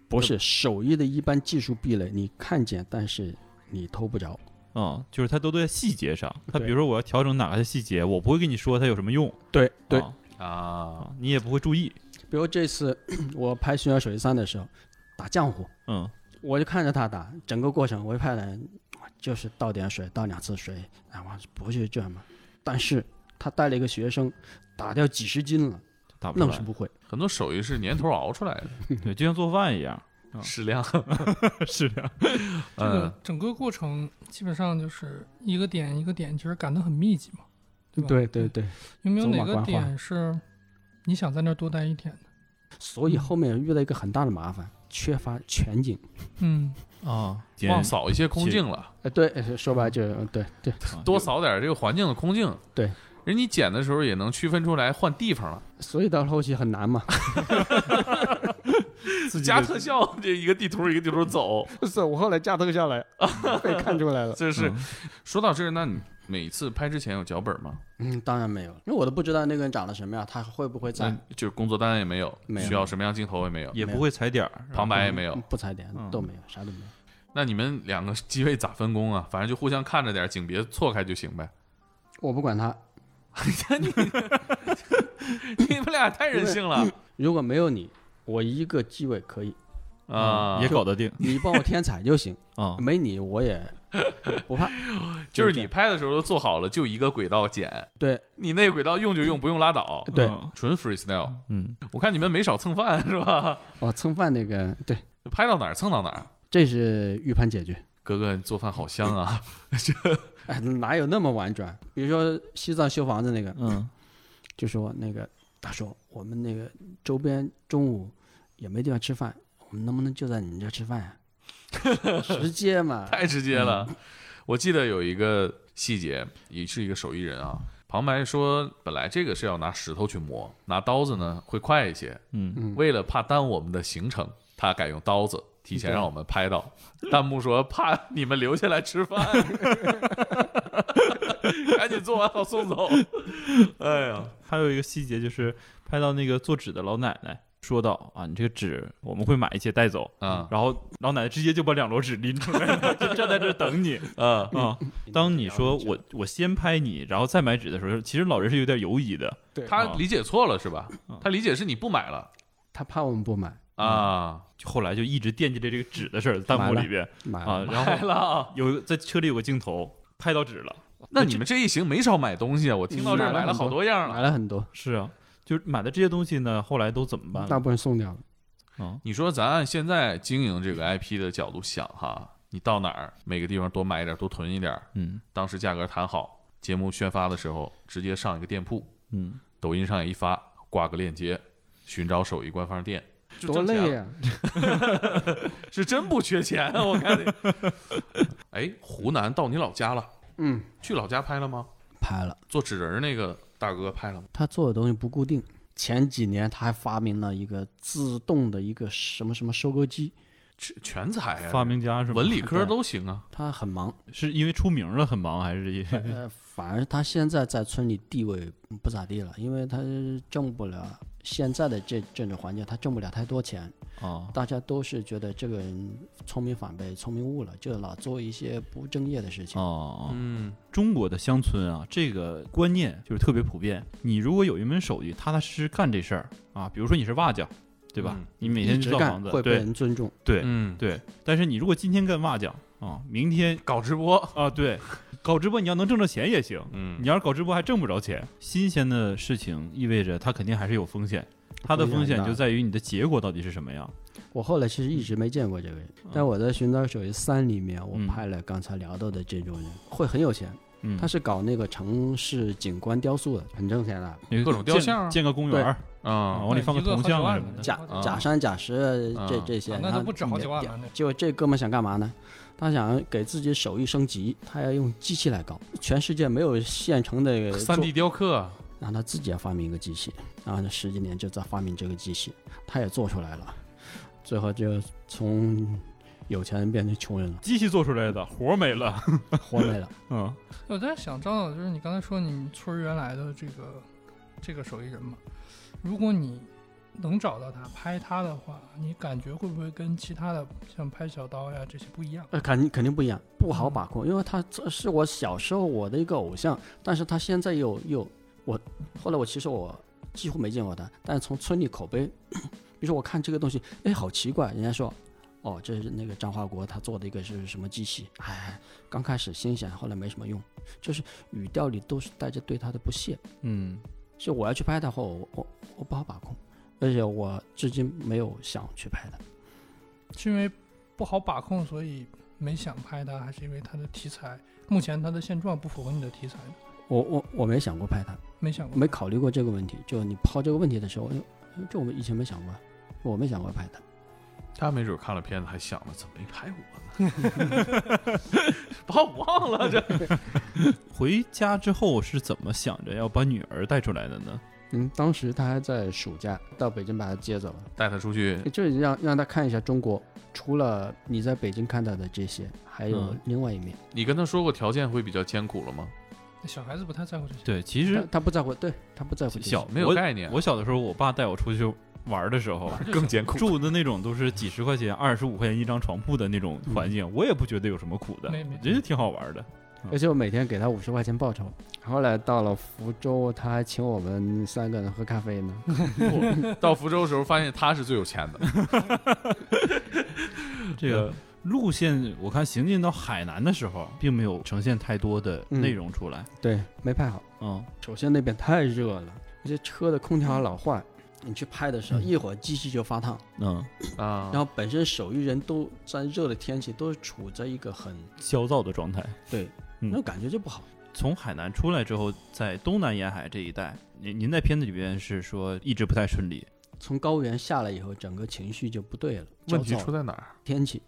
F: 不是手艺的一般技术壁垒，你看见，但是你偷不着。
H: 嗯，就是他都在细节上，他比
F: 对
H: 如说我要调整哪个细节，我不会跟你说它有什么用，
F: 对对，
H: 啊
A: 啊，
H: 啊，你也不会注意，
F: 比如这次 我拍《寻找手艺三》的时候，打浆糊，
H: 嗯
F: 我就看着他打，整个过程我就派人就是倒点水，倒两次水，然后不是这样嘛。但是他带了一个学生，打掉几十斤了，
H: 打不出
F: 愣是嗯
H: 来，
F: 不会。
A: 很多手艺是年头熬出来的，
H: 对，就像做饭 一样，
F: 嗯
H: 啊
A: 适 量。嗯
H: 是这样，
I: 这个整个过程基本上就是一个点一个点，其实赶得很密集嘛，对吧？
F: 对对，
I: 有没有
F: 走马
I: 哪个
F: 观花
I: 点是你想在那儿多待一天的？
F: 所以后面遇到一个很大的麻烦，缺乏全景。
I: 嗯，
H: 啊，
A: 忘扫一些空镜了，
F: 哎呃，对，说白了就是对对
H: 啊
A: 多，扫点这个环境的空镜。
F: 对，
A: 人你剪的时候也能区分出来换地方了，
F: 所以到后期很难嘛。自己嗯
A: 加特效这一个地图一个地图走，
F: 是我后来加特效来被看出来 了。
A: 这是。说到这儿，那你每次拍之前有脚本吗？
F: 嗯，当然没有，因为我都不知道那个人长得什么样，他会不会在
A: 那就是工作单也没有，
F: 没有
A: 需要什么样镜头也没有，
H: 也不会踩点儿，嗯
A: 旁白也没有。
F: 嗯不踩点都没有，啥都没有。
A: 那你们两个机位咋分工啊？反正就互相看着点儿，景别错开就行 呗。
F: 我不管他，
A: 你们俩太任性了
F: 如果没有你，我一个机位可以，嗯
A: 啊！
H: 也搞得定
F: 你帮我添彩就行，
H: 啊。
F: 没你我也不怕。
A: 就是
F: 这
A: 你
F: 样
A: 拍的时候都做好了，就一个轨道剪，
F: 对
A: 你那个轨道用就用，不用拉倒，
F: 对，
H: 嗯
A: 纯 freestyle。
H: 嗯，
A: 我看你们没少蹭饭是吧？
F: 哦，蹭饭那个对，
A: 拍到哪儿蹭到哪儿。
F: 这是预判解决。
A: 哥哥，你做饭好香啊！
F: 哎，哪有那么婉转？比如说西藏修房子那个，
H: 嗯，
F: 就说那个大叔，我们那个周边中午也没地方吃饭，我们能不能就在你们家吃饭呀、直接嘛，
A: 太直接了。 我记得有一个细节，也是一个手艺人啊。旁白说，本来这个是要拿石头去磨，拿刀子呢会快一些。
H: 嗯
F: 嗯
A: 为了怕耽误我们的行程，他改用刀子，提前让我们拍到。弹幕说怕你们留下来吃饭， 赶紧做完好送走。 哎呀，
H: 还有一个细节就是拍到那个做纸的老奶奶说到啊，你这个纸我们会买一些带走
A: 啊
H: 然后老奶奶直接就把两摞纸拎出来了，就站在这儿等 你啊啊！当你说我我先拍你，然后再买纸的时候，其实老人是有点犹疑的，
A: 他
F: 啊
A: 理解错了是吧？
F: 嗯
A: 他理解是你不买了
F: 他怕我们不买，
A: 啊，
H: 就后来就一直惦记着这个纸的事儿，弹幕里边
F: 买了
H: 啊，然后有在车里有个镜头拍到纸了，
A: 那你们这一行没少买东西啊！我听到这儿
F: 嗯买了
A: 买了
F: 很多
A: 好多样
F: 买
A: 了。
F: 了很多，
H: 是啊，就是买的这些东西呢，后来都怎么办啊
F: 大
H: 了？
F: 部分送掉了。
A: 你说咱按现在经营这个 IP 的角度想哈，你到哪儿每个地方多买一点，多囤一点，
H: 嗯
A: 当时价格谈好，节目宣发的时候直接上一个店铺，
H: 嗯，
A: 抖音上也一发，挂个链接，寻找手艺官方店，就
F: 多
A: 挣钱
F: 累
A: 了
F: 啊呀、
A: 是真不缺钱，啊我看 你。哎，湖南到你老家了，
F: 嗯，
A: 去老家拍了吗？
F: 拍了，
A: 做纸人儿那个大哥拍了吗？
F: 他做的东西不固定。前几年他还发明了一个自动的一个什么什么收割机，
A: 全全才呀，
H: 发明家是吗？
A: 文理科都行啊。
F: 他很忙，
H: 是因为出名了很忙，还是因 为
F: 呃，反而他现在在村里地位不咋地了，因为他挣不了现在的这政治环境，他挣不了太多钱，
H: 啊？
F: 大家都是觉得这个人聪明反被聪明误了，就老做一些不务正业的事情。
H: 哦，
A: 嗯，
H: 中国的乡村啊，这个观念就是特别普遍。你如果有一门手艺，踏踏实实干这事儿啊，比如说你是瓦匠，对吧？
A: 嗯
H: 你每
F: 一
H: 天
F: 直
H: 去造
F: 干
H: 房子，
F: 会被
H: 对
F: 人尊重，
H: 对、
A: 嗯，
H: 对。但是你如果今天干瓦匠啊，明天
A: 搞直播，
H: 啊，对，搞直播你要能挣着钱也行。
A: 嗯，
H: 你要是搞直播还挣不着钱，新鲜的事情意味着它肯定还是有风险，它的风险就在于你的结果到底是什么样。
F: 我后来其实一直没见过这个人，但我在《寻找手艺三》里面，我
H: 嗯
F: 拍了刚才聊到的这种人，会很有钱。
H: 嗯，
F: 他是搞那个城市景观雕塑的，很挣钱的，
H: 那个
A: 各种
H: 建
A: 雕像啊
H: 建个公园
F: 对
H: 儿啊，
A: 啊，
H: 往里放个
I: 一个
H: 铜像啊
I: 好
H: 什
I: 几
H: 么的，
I: 万。
F: 假
A: 啊
F: 假山假石这
A: 啊
F: 这些
I: 哦啊，那
F: 然后
I: 都不止好几万了那
F: 结果这哥们想干嘛呢？他想给自己手艺升级，他要用机器来搞。全世界没有现成 的做
A: 三 D 雕刻，
F: 让他自己也发明一个机器，然后这十几年就在发明这个机器，他也做出来了，最后就从有钱人变成穷人 了
H: 机器做出来的活儿 没了，
F: 活没了。
H: 嗯，
I: 我在想，张导，就是你刚才说你们村儿原来的这个这个手艺人嘛，如果你能找到他拍他的话，你感觉会不会跟其他的像拍小刀呀这些不一样？
F: 呃，肯定肯定不一样，不好把控，因为他这是我小时候我的一个偶像，但是他现在又又我后来我其实我几乎没见过他，但是从村里口碑，比如说我看这个东西，哎，好奇怪，人家说。哦，这是那个张华国他做的一个是什么机器？哎，刚开始新鲜，后来没什么用，就是语调里都是带着对他的不屑。
H: 嗯，
F: 是我要去拍的话，我我我不好把控，而且我至今没有想去拍的。
I: 是因为不好把控，所以没想拍他，还是因为他的题材目前他的现状不符合你的题材呢？
F: 我我我没想过拍它，
I: 没想过，
F: 没考虑过这个问题。就你抛这个问题的时候，哎呦，这我们以前没想过，我没想过拍它。
A: 他没准看了片子还想着怎么没拍我呢， 把我忘了这。
H: 回家之后是怎么想着要把女儿带出来的呢？
F: 嗯，当时他还在暑假到北京把他接走了，
A: 带他出去
F: 就让让他看一下中国，除了你在北京看到的这些，还有
A: 嗯
F: 另外一面。
A: 你跟他说过条件会比较艰苦了吗？
I: 那小孩子不太在乎这些。
H: 对，其
F: 他
H: 实
F: 他不在乎，对他不在乎这些。
H: 小
A: 没有
H: 我
A: 概念
H: 我小的时候，我爸带我出去玩儿的时 候，
A: 更艰苦
H: 住的那种都是几十块钱、二十五块钱一张床铺的那种环境，我也不觉得有什么苦的，
I: 没没
H: 真是挺好玩的。
F: 而且我每天给他五十块钱报酬。后来到了福州，他还请我们三个人喝咖啡呢。
A: 到福州的时候，发现他是最有钱 的。
H: 这个路线，我看行进到海南的时候，并没有呈现太多的内容出来。
F: 对，没拍好。
H: 嗯，
F: 首先那边太热了，嗯而且车的空调还老坏，你去拍的时候，一会儿机器就发烫。
H: 嗯，
A: 啊
F: 然，后本身手艺人都在热的天气都是处在一个很
H: 焦躁的状态。
F: 对
H: 嗯
F: 那种感觉就不好。
H: 从海南出来之后，在东南沿海这一带，您您在片子里边是说一直不太顺利，
F: 从高原下来以后，整个情绪就不对了。
A: 问题
F: 焦躁
A: 出在哪儿？
F: 天气，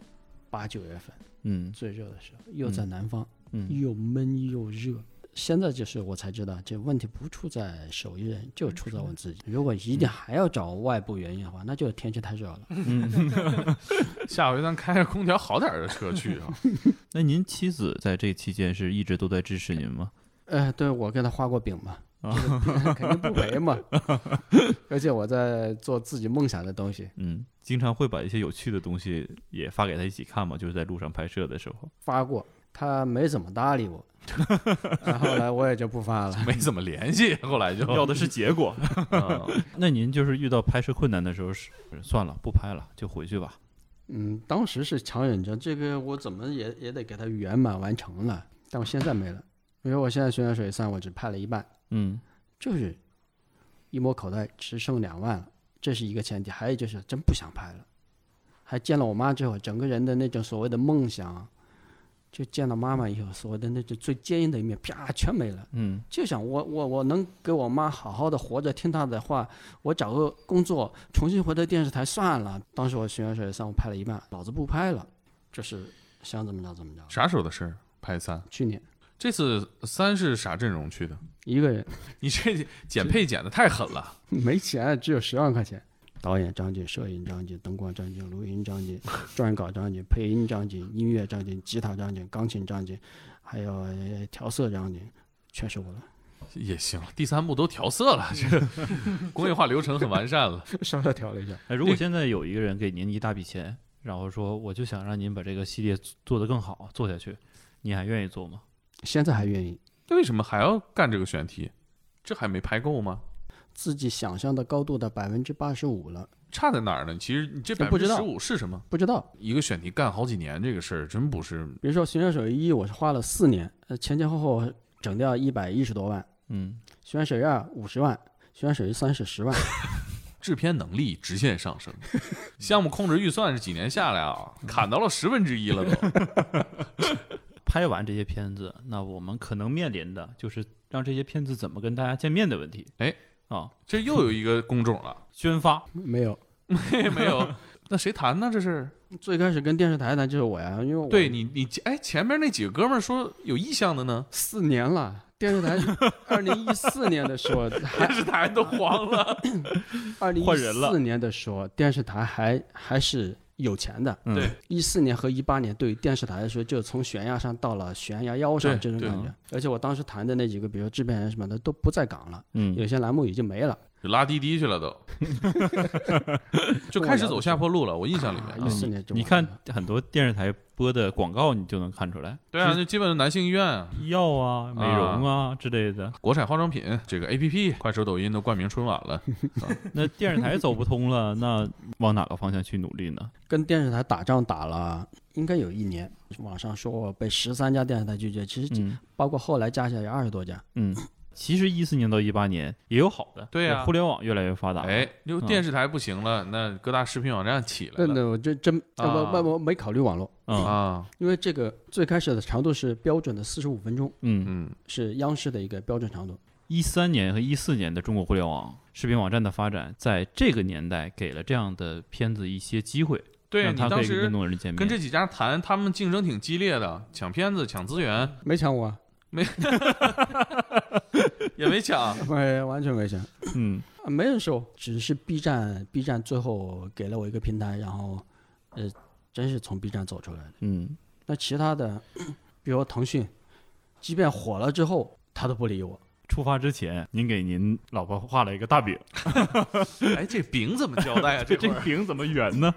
F: 八九月份
H: 嗯
F: 最热的时候，又在
H: 嗯
F: 南方，
H: 嗯，
F: 又闷又热。现在就是我才知道，这问题不出在手艺人，就出在我自己。如果一定还要找外部原因的话，那就是天气太热
A: 嗯
F: 了。
A: 下回咱开着空调好点儿的车去啊！
H: 那您妻子在这期间是一直都在支持您吗？
F: 哎，对我给他画过饼 嘛，
A: 啊
F: 这个 肯定不赔嘛。而且我在做自己梦想的东西，
H: 嗯，经常会把一些有趣的东西也发给他一起看嘛，就是在路上拍摄的时候。
F: 发过，他没怎么搭理我。然后后来我也就不发了。
A: 没怎么联系，后来就
H: 要的是结果。啊 那您就是遇到拍摄困难的时候是算了，不拍了，就回去吧。
F: 嗯，当时是强忍着，这个我怎么也也得给它圆满完成了，但我现在没了，因为我现在《悬崖水上》我只拍了一半，
H: 嗯
F: 就是一摸口袋只剩两万了，这是一个前提，还有就是真不想拍了，还见了我妈之后，整个人的那种所谓的梦想，就见到妈妈以后所谓的那种最坚硬的一面，啪全没了。
H: 嗯
F: 就想我我我能给我妈好好的活着，听她的话，我找个工作，重新回到电视台算了。当时我《寻源水上》我拍了一半，老子不拍了，就是想怎么着怎么着。
A: 啥时候的事儿？拍三，
F: 去年
A: 这次三是啥阵容去的？
F: 一个人
A: 你这减配减的太狠了，
F: 没钱，只有十万 块钱。导演张晋，摄影张晋，灯光张晋，录音张晋，撰稿张晋，配音张晋，音乐张晋，吉他张晋，钢琴张晋，还有呃调色张晋，全是我了。
A: 也行。第三部都调色了，这个工业化流程很完善了。
F: 稍稍调了一下，
H: 哎，如果现在有一个人给您一大笔钱，然后说我就想让您把这个系列做得更好，做下去，你还愿意做吗？
F: 现在还愿意。
A: 为什么还要干这个选题？这还没拍够吗？
F: 自己想象的高度的百分之八十五了，
A: 差在哪儿呢？其实你这百
F: 不
A: 分
F: 知
A: 之
F: 道
A: 十五是什么？
F: 不知道
A: 一个选题干好几年，这个事儿真不是
F: 比如说《寻人手一》，我是花了四年，呃，前前后后整掉一百一十多万，《
H: 嗯，
F: 寻人手一二》五十万，《寻人手一三》是十万，
A: 制片能力直线上升。项目控制预算是几年下来啊，砍到了十分之一了都。
H: 拍完这些片子，那我们可能面临的就是让这些片子怎么跟大家见面的问题。
A: 哎，
H: 啊，
A: 这又有一个工种了，
H: 宣发，
F: 没有。
A: 没有？那谁谈呢？这是
F: 最开始跟电视台谈就是我呀，因为我
A: 对你你哎，前面那几个哥们儿说有意向的呢，
F: 四年了，电 视台二零一四年的时候 还
A: 电视台都黄了。
F: 二零
H: 换
F: 一
H: 人了
F: 四年的时候，电视台还还是有钱的。
H: 嗯
A: 对，
F: 一四年和一八年对于电视台来说，就从悬崖上到了悬崖腰上
A: 对
F: 这种
A: 对
F: 感觉。而且我当时谈的那几个，比如制片人什么的，都不在岗了，有
H: 嗯，
F: 些栏目已经没了。
A: 拉滴滴去了都，就开始走下坡路了。我印象里面
F: 一
A: 啊，
F: 四年就
H: 嗯你
F: 完
H: 看
F: 了
H: 很多电视台播的广告，你就能看出来，
A: 对啊，就基本上男性医院啊、
H: 医药啊、美容啊之类的。
A: 国产化妆品这个 A P P、快手、抖音都冠名春晚了。
H: 那电视台走不通了，那往哪个方向去努力呢？
F: 跟电视台打仗打了应该有一年，网上说我被十三家电视台拒绝，其实就
H: 嗯
F: 包括后来加起来有二十多家。
H: 嗯，其实一四年到一八年也有好的，
A: 对啊
H: 互联网越来越发达。
A: 哎，，就电视台不行了，那各大视频网站起来
F: 那
A: 了
F: 那我这真呃
A: 啊
F: 不不我没考虑网络，
H: 嗯
A: 啊，
F: 因为这个最开始的长度是标准的四十五分钟，
H: 嗯，
A: 嗯，
F: 是央视的一个标准长度。
H: 一三年和一四年的中国互联网视频网站的发展，在这个年代给了这样的片子一些机会。
A: 对
H: 让
A: 你
H: 他可
A: 当
H: 以
A: 时
H: 跟更多人见面。
A: 跟这几家谈，他们竞争挺激烈的，抢片子、抢资源
F: 没抢我，啊
A: 也没抢。
F: 没完全没抢，
H: 嗯，
F: 啊没人收，只是 B 站 B 站最后给了我一个平台，然后呃，真是从 B 站走出来的。
H: 嗯，
F: 那其他的， 比如说腾讯，即便火了之后，他都不理我。
H: 出发之前，您给您老婆画了一个大饼，
A: 哎，这饼怎么交代啊？这
H: 这
A: 会儿
H: 饼怎么圆呢？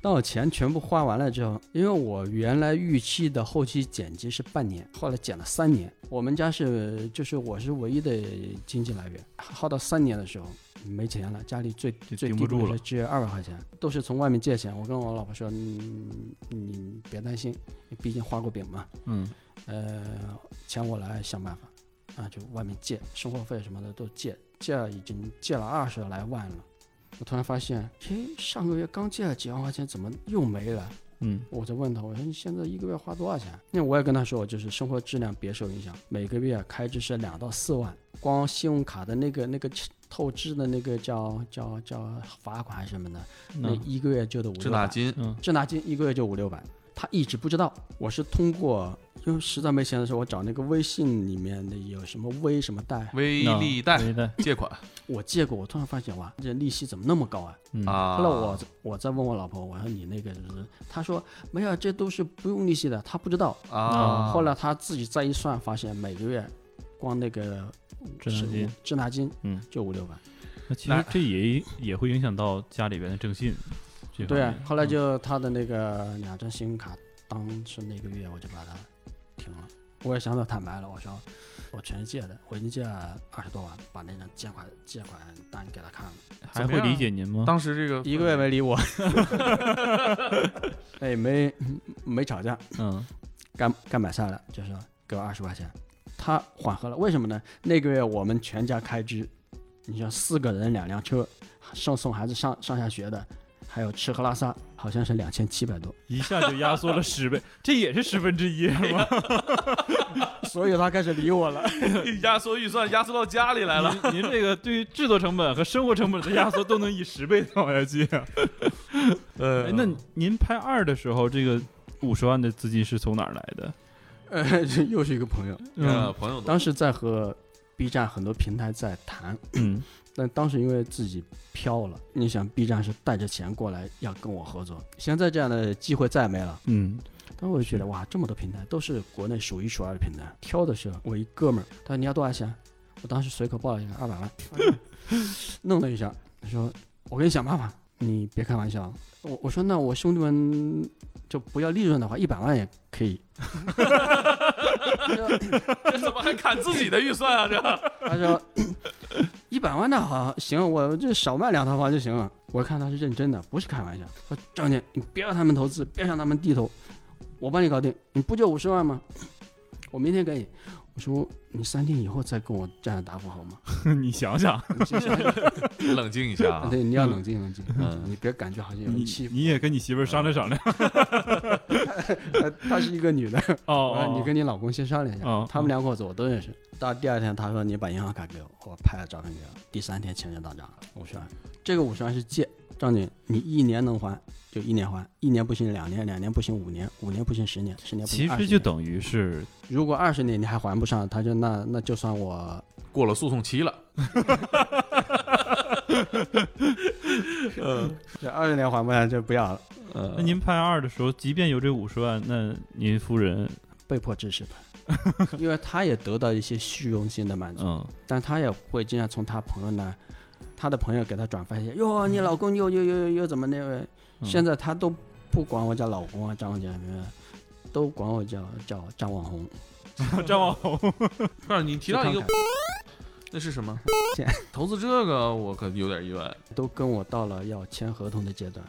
F: 当我钱全部花完了之后，因为我原来预期的后期剪辑是半年，后来剪了三年。我们家是就是我是唯一的经济来源，耗到三年的时候没钱了，家里最
H: 就
F: 最
H: 顶
F: 低
H: 不住
F: 是
H: 了
F: 只有二百块钱，都是从外面借钱。我跟我老婆说，嗯，你别担心，毕竟画过饼嘛，
H: 嗯，
F: 呃，钱我来想办法，啊，就外面借，生活费什么的都借，借了已经借了二十来万了。我突然发现，诶，上个月刚借了几万块钱，怎么又没了？
H: 嗯，
F: 我就问他，我说你现在一个月花多少钱？那我也跟他说，就是生活质量别受影响，每个月开支是两到四万，光信用卡的那个那个透支的那个叫叫叫罚款什么的，那
H: 嗯
F: 一个月就得五
A: 滞
F: 六
A: 纳
F: 百。
A: 金，
F: 滞纳金一个月就五六百，他一直不知道。我是通过，因为实在没钱的时候，我找那个微信里面的有什么微什么贷，
A: 微利贷
H: 对的，
A: 借款
F: 我借过，我突然发现哇，这利息怎么那么高啊？
H: 嗯
A: 啊。
F: 后来我我再问我老婆，我说你那个就是，她说没有，啊这都是不用利息的，她不知道。
A: 啊，
F: 嗯后来她自己再一算，发现每个月光那个
H: 滞纳
F: 是
H: 金
F: 五滞纳金，
H: 嗯，
F: 就五六百。
H: 那其
A: 那
H: 实这也也会影响到家里边的征信。这方
F: 对啊
H: 面，
F: 后来就他的那个两张信用卡，当时那个月我就把它停了。我也向他坦白了，我说我全是借的，我已经借了二十多万，把那张借款借款单给他看了，
H: 还会理解您吗？
A: 啊当时这个
F: 一个月没理我， 哎，没没吵架，
H: 嗯，
F: 该该买菜了，就说给我二十块钱，他缓和了，为什么呢？那个月我们全家开支，你像四个人两辆车，送送孩子上上下学的，还有吃喝拉撒，好像是两千七百多。
H: 一下就压缩了十倍，这也是十分之 一是吗？
F: 所以他开始理我了。
A: 压缩预算压缩到家里来了。
H: 您您这个对于制作成本和生活成本的压缩都能以十倍的往下去 啊。
A: 呃
H: 哎那您拍二的时候，这个五十万的资金是从哪儿来的？ 嗯
F: 呃， 这又是一个朋友，
A: 呃，朋友都
F: 嗯当时在和 B 站很多平台在谈，
H: 嗯
F: 但当时因为自己飘了，你想 B 站是带着钱过来要跟我合作，现在这样的机会再也没了。
H: 嗯
F: 当时我就觉得哇，这么多平台都是国内数一数二的平台，挑的时候我一哥们儿，他说你要多少钱？我当时随口报了一个二百万，弄了一下，他说我给你想办法，你别开玩笑。我我说那我兄弟们就不要利润的话，一百万也可以。
A: 这 怎么还砍自己的预算啊？这
F: 他说一百万的好行，我这少卖两套房就行了。我看他是认真的，不是开玩笑。说张姐，你别让他们投资，别让他们低头，我帮你搞定。你不就五十万吗？我明天给你。我说你三天以后再跟我这样答复好吗？
H: 嗯，你想想，
F: 你先想 想
A: 冷静一下啊，
F: 对，你要冷静冷静，
A: 嗯
F: 你别感觉好像有
H: 你
F: 人欺负。
H: 你也跟你媳妇儿商量商量。
F: 呃她是一个女的，我
H: 哦
F: 说，你跟你老公先商量一下。
H: 哦
F: 他们两口子我都认识。到第二天，他说你把银行卡给我，我拍了照片给我。第三天钱就到账了，五十万。这个五十万是借，张姐，你一年能还就一年还，一年不行两年，两年不行五年，五年不行十年，十年不
H: 其
F: 行二
H: 实
F: 十
H: 就
F: 年。
H: 等于是
F: 如果二十年你还还不上，他就那那就算我
A: 过了诉讼期了，
F: 这二十年还不上就不要了，
H: 那您拍二的时候，即便有这五十万，那您夫人，
F: 被迫支持他， 因为他也得到一些虚荣心的满足。
H: 嗯，
F: 但他也会经常从他朋友那，他的朋友给他转发一些，哟，你老公又又又又又怎么那位？
H: 嗯
F: 现在他都不管我叫老公啊，张姐，都管我叫叫张网红。
H: 张网红，
A: 告诉你，你提到一个
F: 就看
A: 那是什么
F: 钱？
A: 投资这个我可有点意外
F: 都跟我到了要签合同的阶段。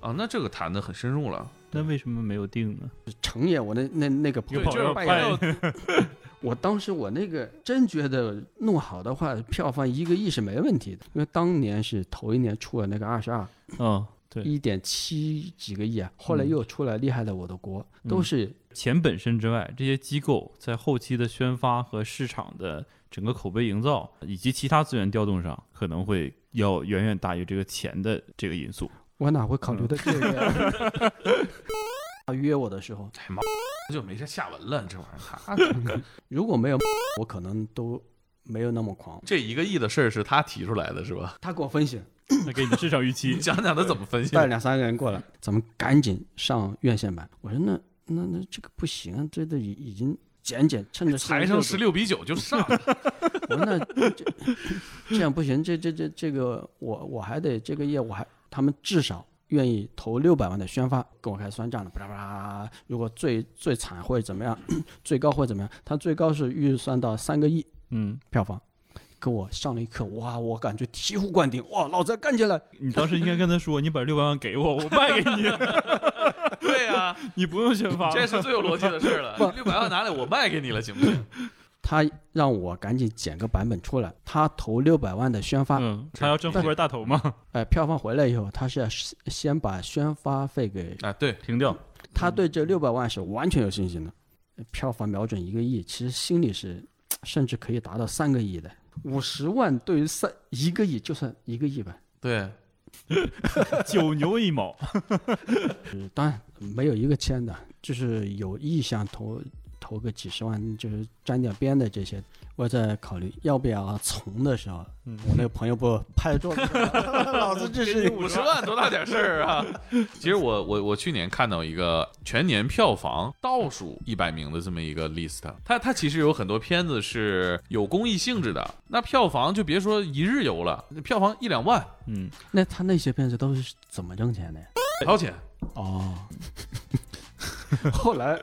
A: 啊。那这个谈的很深入了，
H: 那为什么没有定呢？
F: 成也我那那那个朋
H: 有
F: 友
H: 朋友
F: 拜
H: 拍
F: 演，
A: 哎
F: 我当时我那个真觉得弄好的话，票房一个亿是没问题的，因为当年是头一年出了那个二十二，
H: 嗯，对，
F: 一点七几个亿啊，后来
H: 嗯
F: 又出了厉害的我的国，都
H: 嗯
F: 是
H: 钱本身之外，这些机构在后期的宣发和市场的整个口碑营造以及其他资源调动上，可能会要远远大于这个钱的这个因素。
F: 我哪会考虑到这个呀？ 他约我的时候，
A: 哎妈，就没啥下文了，这玩意 儿他。
F: 如果没有我，可能都没有那么狂
A: 这一个亿的事儿是他提出来的，是吧？
F: 他给我分析，
H: 那给你市场预期
A: 你，讲讲他怎么分析
F: 带
A: 的？
F: 两三个人过来， 咱们赶紧上院线版。我说那那那这个不行，啊这都已已经减减，趁着现在
A: 裁成
F: 热度
A: 十六比九就上了，
F: 我说那这 这这样不行，这这这这个我我还得这个业我还他们至少愿意投六百万的宣发，跟我开始算账了，巴拉巴拉。如果最最惨会怎么样， 最高会怎么样？他最高是预算到三个亿
H: 嗯，
F: 票房，给我上了一课，哇，我感觉醍醐灌顶，哇，老子要干起来！
H: 你当时应该跟他说，你 把六百万给我，我卖给你，
A: 对呀、
H: 你不用宣 发。
A: 这是最有逻辑的事儿 了。六百万拿来，我卖给你了，行不行？
F: 他让我赶紧剪个版本出来，他投六百万的宣发，
H: 嗯，他要挣后边大头嘛，
F: 哎，票房回来以后，他是要先先把宣发费给
A: 啊，对，
H: 停掉。
F: 他对这六百万是完全有信心的，票房瞄准一个亿，其实心里是甚至可以达到三个亿的。五十万对于三一个亿，就算一个亿吧。
A: 对，
H: 九牛一毛，
F: 就是呃当然没有一个签的，就是有意向投投个几十万，就是沾点边的这些，我在考虑要不要从的时候，我那个朋友不拍桌子说，老子这是
A: 五十万多大点事儿 啊！其实我我我去年看到一个全年票房倒数一百名的这么一个 list，它它其实有很多片子是有公益性质的，那票房就别说一日游了，那票房一两万，
H: 嗯，
F: 那他那些片子都是怎么挣钱的呀？
A: 掏钱。
F: 哦， 后来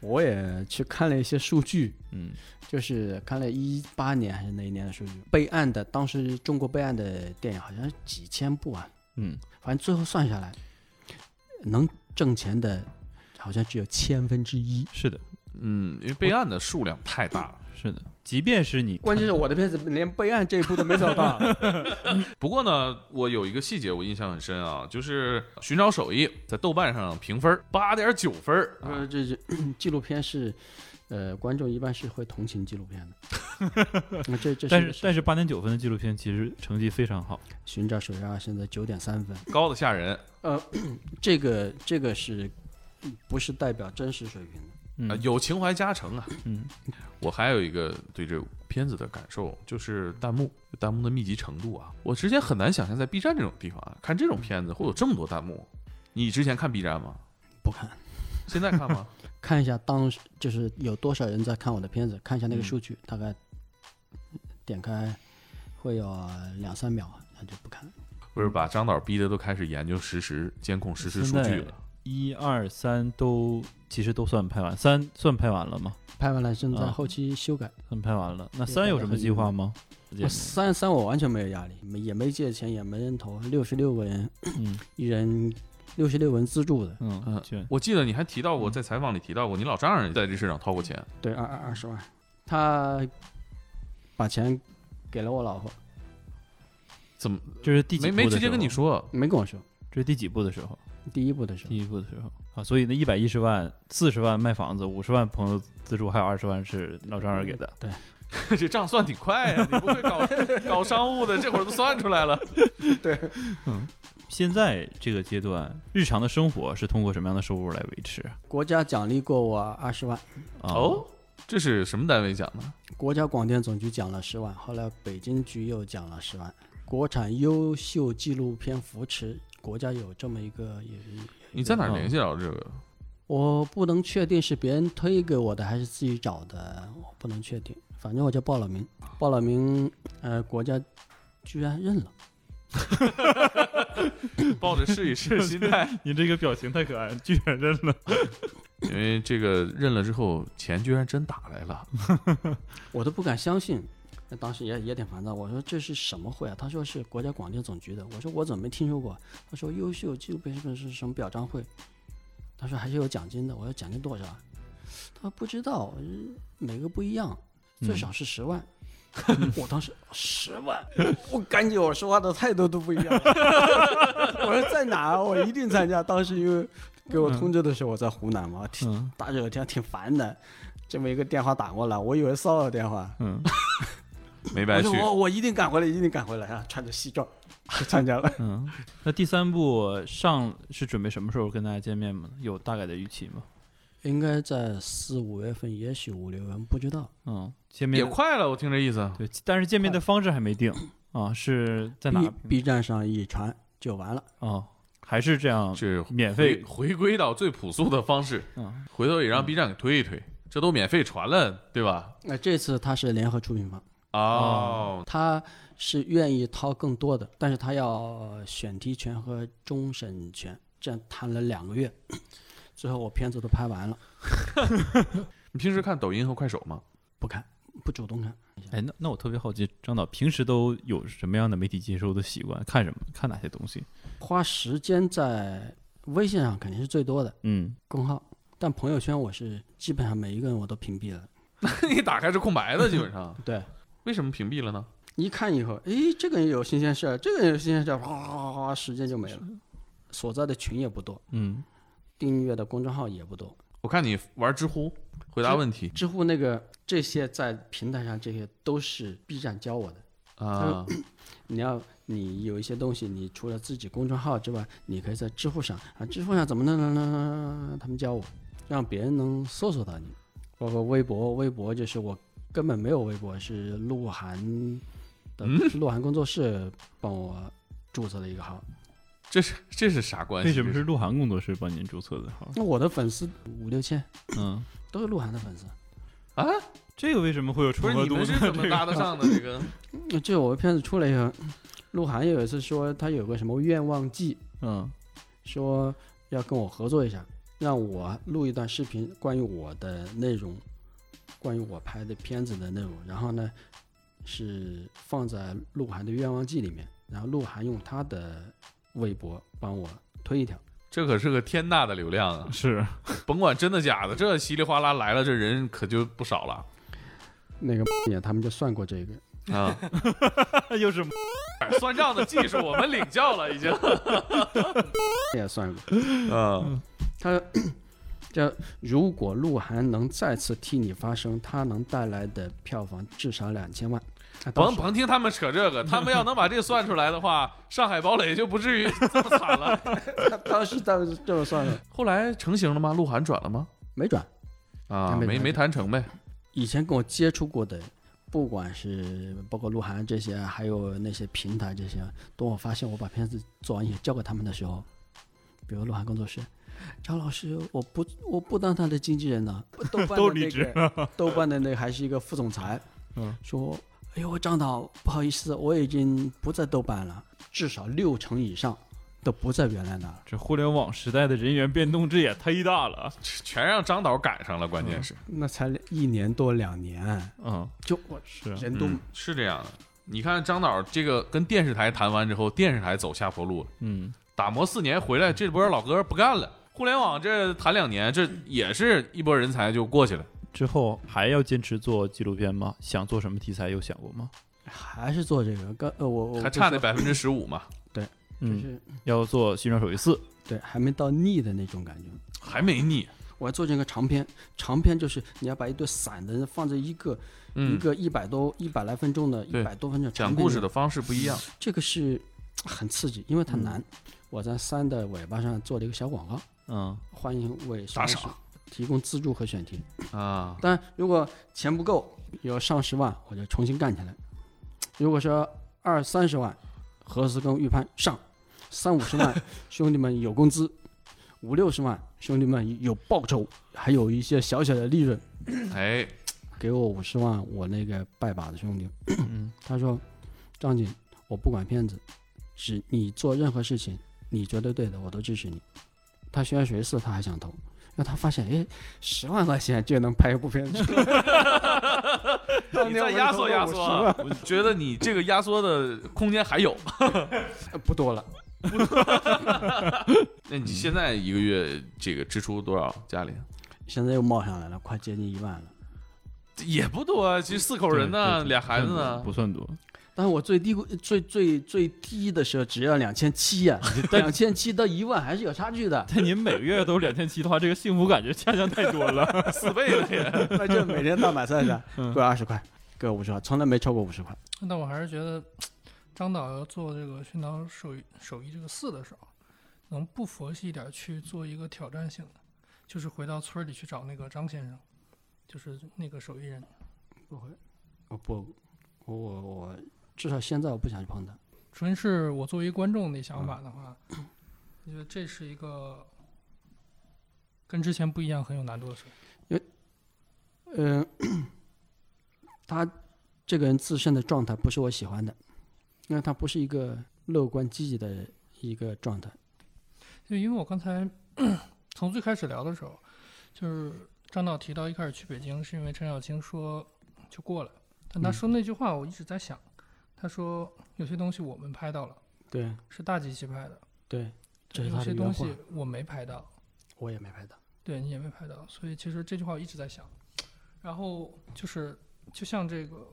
F: 我也去看了一些数据，
H: 嗯，
F: 就是看了一八年还是哪一年的数据，备案的当时中国备案的电影好像是几千部啊，
H: 嗯，
F: 反正最后算下来，能挣钱的好像只有千分之一。
H: 是的，
A: 嗯，因为备案的数量太大了。
H: 是的，即便是你，
F: 关键是我的片子连备案这一步都没走 到，
A: 不过呢，我有一个细节我印象很深啊，就是《寻找手艺》在豆瓣上评分八点九分儿啊
F: 呃，这是纪录片是，呃，观众一般是会同情纪录片 的，那这这
H: 但
F: 是
H: 是但是八点九分的纪录片其实成绩非常好，
F: 寻找手札现在九点三分，
A: 高的吓人啊、
F: 呃 这个这个是不是代表真实水平的？
H: 嗯
A: 呃有情怀加成啊。
H: 嗯，
A: 我还有一个对这片子的感受，就是弹幕，弹幕的密集程度啊，我之前很难想象在 B 站这种地方啊，看这种片子会有这么多弹幕。你之前看 B 站吗？
F: 不看，
A: 现在 看吗？
F: 看一下当时就是有多少人在看我的片子，看一下那个数据，大概点开会有两三秒，那就不看了。
A: 不是把张导逼的都开始研究实时监控实时数据了。
H: 一二三都其实都算拍完，三算拍完了吗？
F: 拍完了正在
H: 啊
F: 后哦期修改。
H: 算拍完了，那
F: 对
H: 三有什么计划吗？
F: 我三三我完全没有压力，没也没借钱，也没人投，六十六个人，
H: 嗯
F: 一人六十六个人资助的，
H: 嗯，卷
A: 我记得你还提到过，在采访里提到过，你老丈人在这事上掏过钱。
F: 对，二二二十万，他把钱给了我老婆，
A: 怎么
H: 这是第几
A: 没
H: 部
A: 没
H: 的
A: 直接
H: 时
A: 跟你
H: 候，
A: 说？
F: 没跟我说。
H: 这是第几部的时候？
F: 第一部的时候
H: 第，一部的时候啊，所以那一百一十万、四十万卖房子，五十万朋友资助，还有二十万是老丈人给的。
A: 这账算挺快呀、你不会搞 搞商务的，这会儿都算出来了。
H: 现在这个阶段，日常的生活是通过什么样的收入来维持啊？
F: 国家奖励过我二十万。
A: 哦，这是什么单位讲的？
F: 国家广电总局奖了十万，后来北京局又奖了十万。国产优秀纪录片扶持，国家有这么一个也。
A: 你在哪儿联系到这个？
F: 我不能确定是别人推给我的还是自己找的，我不能确定。反正我就报了名，报了名，呃，国家居然认了。
A: 抱着试一试心态，
H: 你这个表情太可爱，居然认了。
A: 因为这个认了之后，钱居然真打来了。
F: 我都不敢相信。那当时也也挺烦躁，我说这是什么会啊？他说是国家广电总局的，我说我怎么没听说过？他说优秀纪录片是不是什么表彰会？他说还是有奖金的，我说奖金多少啊？他说不知道，呃每个不一样，最少是十万。 我当时十万，我感觉我说话的态度都不一样了。 我说在哪儿？我一定参加。当时因为给我通知的时候我在湖南嘛，挺
H: 嗯
F: 大热天挺烦的，这么一个电话打过来，我以为骚扰电话，
H: 嗯，
A: 没
F: 我
A: 白去
F: 说。我我一定赶回来，一定赶回来啊！穿着西装 去参加了。
H: 嗯，那第三部上是准备什么时候跟大家见面吗？有大概的预期吗？
F: 应该在四五月份，也许五六月份，不知道。
H: 嗯，见
A: 也
H: 面
A: 快了，我听这意思。
H: 对，但是见面的方式还没定啊，是在哪
F: B B 站上一传就完了。
H: 啊？还是这样
A: 是
H: 免
A: 回
H: 费
A: 回归到最朴素的方式，
H: 啊？
A: 回头也让 B 站给推一推，这都免费传了，对吧？
F: 那、这次他是联合出品方，
A: 哦，
F: 他是愿意掏更多的，但是他要呃选题权和终审权，这样谈了两个月，最后我片子都拍完了，
A: 你平时看抖音和快手吗？
F: 不看，不主动看。
H: 哎，那那我特别好奇，张导平时都有什么样的媒体接收的习惯？看什么？看哪些东西？
F: 花时间在微信上肯定是最多的
H: 嗯，
F: 公号，但朋友圈我是基本上每一个人我都屏蔽了。
A: 你打开是空白的，基本 上。
F: 对，
A: 为什么屏蔽了呢？
F: 一看以后，诶，这个人有新鲜事儿，这个人有新鲜事儿，哗哗哗哗，时间就没了。所在的群也不多，
H: 嗯，
F: 订阅的公众号也不多，
A: 我看你玩知乎，回答问题
F: 知乎那个这些在平台上这些都是 B 站教我的。
A: 啊，
F: 你要你有一些东西，你除了自己公众号之外，你可以在知乎上啊，知乎上怎么弄弄弄弄弄，他们教我，让别人能搜索到你。包括微博，微博就是我根本没有微博，是鹿晗的鹿晗工作室帮我注册的一个号。
A: 这是这是啥关系？
H: 为什么
A: 这
H: 是鹿晗工作室帮您 注册的号？
F: 那我的粉丝五六千
H: 嗯，
F: 都是鹿晗的粉丝，
A: 啊？
H: 这个为什么会有
A: 不是
H: 重合
A: 你
H: 度呢？
A: 们是怎么搭得上的？这个
F: 嗯就我的片子出来以后，鹿晗有一次说他有个什么愿望季，
H: 嗯
F: 说要跟我合作一下，让我录一段视频，关于我的内容，关于我拍的片子的内容。然后呢，是放在鹿晗的《愿望季》里面，然后鹿晗用他的微博帮我推一条。
A: 这可是个天大的流量啊！
H: 是
A: 甭管真的假的，这稀里哗啦来了，这人可就不少了
F: 那个 也他们就算过这个，
A: 啊！
H: 又是
A: 算账的技术我们领教了， 已经。
F: 也算过。
A: 嗯，
F: 他叫如果鹿晗能再次替你发声，他能带来的票房至少两千万。啊当
A: 甭
F: 时
A: 甭听他们扯这个，他们要能把这个算出来的话，上海堡垒就不至于这么惨了。
F: 当时当时这么算的，
A: 后来成型了吗？鹿晗转了吗？
F: 没转。
A: 啊，
F: 没
A: 没没谈成呗。
F: 以前跟我接触过的，不管是包括鹿晗这些，啊还有那些平台这些，等我发现我把片子做完也交给他们的时候，比如鹿晗工作室，张老师，我不我不当他的经纪人 了，豆瓣
H: 都
F: 的
H: 离
F: 那
H: 职
F: 个豆瓣的那个还是一个副总裁，
H: 嗯，
F: 说，哎呦张导，不好意思，我已经不在豆瓣了，至少六成以上都不在原来那了。
H: 这互联网时代的人员变动，这也忒大了。
A: 全让张导赶上了，关键是，
F: 那才一年多两年，
H: 嗯，
F: 就我
H: 是
F: 人都
A: 嗯是这样的。你看张导这个跟电视台谈完之后，电视台走下坡路了，
H: 嗯，
A: 打磨四年回来，这波老哥不干了。互联网这谈两年，这也是一波人才就过去了。
H: 之后还要坚持做纪录片吗？想做什么题材有想过吗？
F: 还是做这个，刚呃我我
A: 还差那
F: 就说
A: 百分之十五嘛，
F: 就
H: 嗯，
F: 是
H: 要做《寻找手艺四》。
F: 对，还没到腻的那种感觉。
A: 还没腻。
F: 我要做成一个长篇，长篇就是你要把一堆散的放在一个、一
A: 嗯，
F: 个一百多、一百来分钟的、
A: 对
F: 一百多分钟长
A: 讲
F: 篇
A: 故事
F: 里
A: 的
F: 面，
A: 方式不一样。
F: 这个是很刺激，因为它难。我在三的尾巴上做了一个小广告，
H: 嗯，
F: 欢迎为
A: 打赏
F: 双十提供资助和选题。
A: 啊，
F: 当然，如果钱不够，有上十万，我就重新干起来；如果说二三十万，何思跟预判上；三五十万，兄弟们有工资；五六十万，兄弟们有报酬，还有一些小小的利润。
A: 哎，
F: 给我五十万，我那个拜把子兄弟， 他说：“张姐，我不管片子，只你做任何事情，你觉得对的，我都支持你。”他学完学四，他还想投，然后他发现，哎，十万块钱就能拍一部片子，
A: 你再压缩压缩啊，我觉得你这个压缩的空间还有。
F: 呃不多了。
A: 那你现在一个月这个支出多少？家里
F: 现在又冒上来了，快接近一万了。
A: 也不多啊，其实四口人
H: 对
A: 呢，
H: 对对
A: 俩孩子呢。
H: 不算多。不算多。
F: 但是我最低最最最低的时候只要两千七 呀，两千七到一万还是有差距 的
H: 但您每个月都两千七的话，这个幸福感觉下降太多了。
A: 四倍了也，
F: 嗯那就每天到买菜去，过二十块，个五十块，从来没超过五十块。
I: 那我还是觉得张导要做这个寻找手艺手艺这个四的时候，能不佛系一点去做一个挑战性的，就是回到村儿里去找那个张先生，就是那个手艺人。
F: 不会，我哦不，我我我至少现在我不想去碰它。
I: 纯是我作为观众的想法的话，我觉得这是一个跟之前不一样、很有难度的事。
F: 嗯、 他这个人自身的状态不是我喜欢的，因为他不是一个乐观积极的一个状态。
I: 就因为我刚才 从最开始聊的时候，就是张导提到一开始去北京是因为陈小青说就过了，但
F: 嗯
I: 他说那句话我一直在想，他说有些东西我们拍到了，
F: 对
I: 是大机器拍的，
F: 对，这是
I: 有
F: 他的
I: 些
F: 原
I: 东
F: 话
I: 西，我没拍到，
F: 我也没拍到。
I: 对你也没拍到，所以其实这句话我一直在想。然后就是，就像这个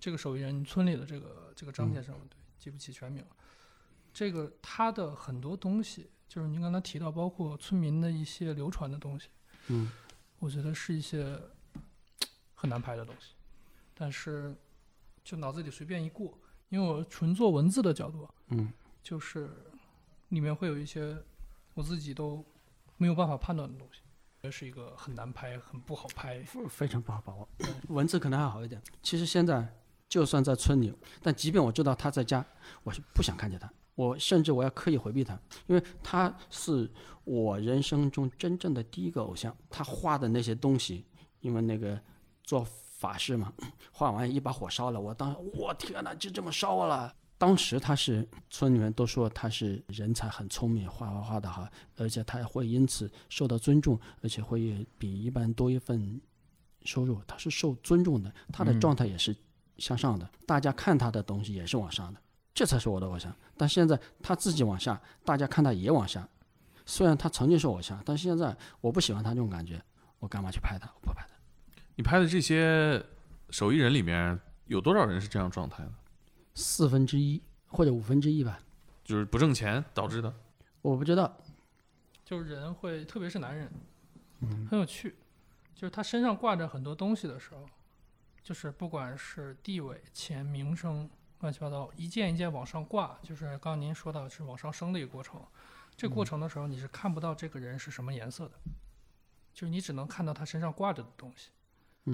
I: 这个手艺人村里的这个这个张先
F: 嗯
I: 生，对，记不起全名了。这个他的很多东西，就是您刚才提到，包括村民的一些流传的东西，
F: 嗯，
I: 我觉得是一些很难拍的东西，但是就脑子里随便一过，因为我纯做文字的角度，
F: 嗯，
I: 就是里面会有一些我自己都没有办法判断的东西，也是一个很难拍、很不好拍。
F: 非非常不好把握。文字可能还好一点。其实现在就算在村里，但即便我知道他在家，我是不想看见他，我甚至我要刻意回避他，因为他是我人生中真正的第一个偶像。他画的那些东西，因为那个做法事嘛， 画完一把火烧了，我当时我天哪，就这么烧了。当时他是村里面都说他是人才，很聪明，画画画的好，而且他也会因此受到尊重，而且会比一般多一份收入，他是受尊重的，他的状态也是向上的，大家看他的东西也是往上的，这才是我的偶像。但现在他自己往下，大家看他也往下。虽然他曾经是偶像，但现在我不喜欢他这种感觉，我干嘛去拍他？我不拍他。
A: 你拍的这些手艺人里面，有多少人是这样状态的？
F: 四分之一或者五分之一吧，
A: 就是不挣钱导致的？
F: 我不知道。
I: 就是人会，特别是男人，很有趣。就是他身上挂着很多东西的时候，就是不管是地位、钱、名声，乱七八糟，一件一件往上挂。就是刚刚您说到是往上升的一个过程，这个过程的时候你是看不到这个人是什么颜色的，就是你只能看到他身上挂着的东西。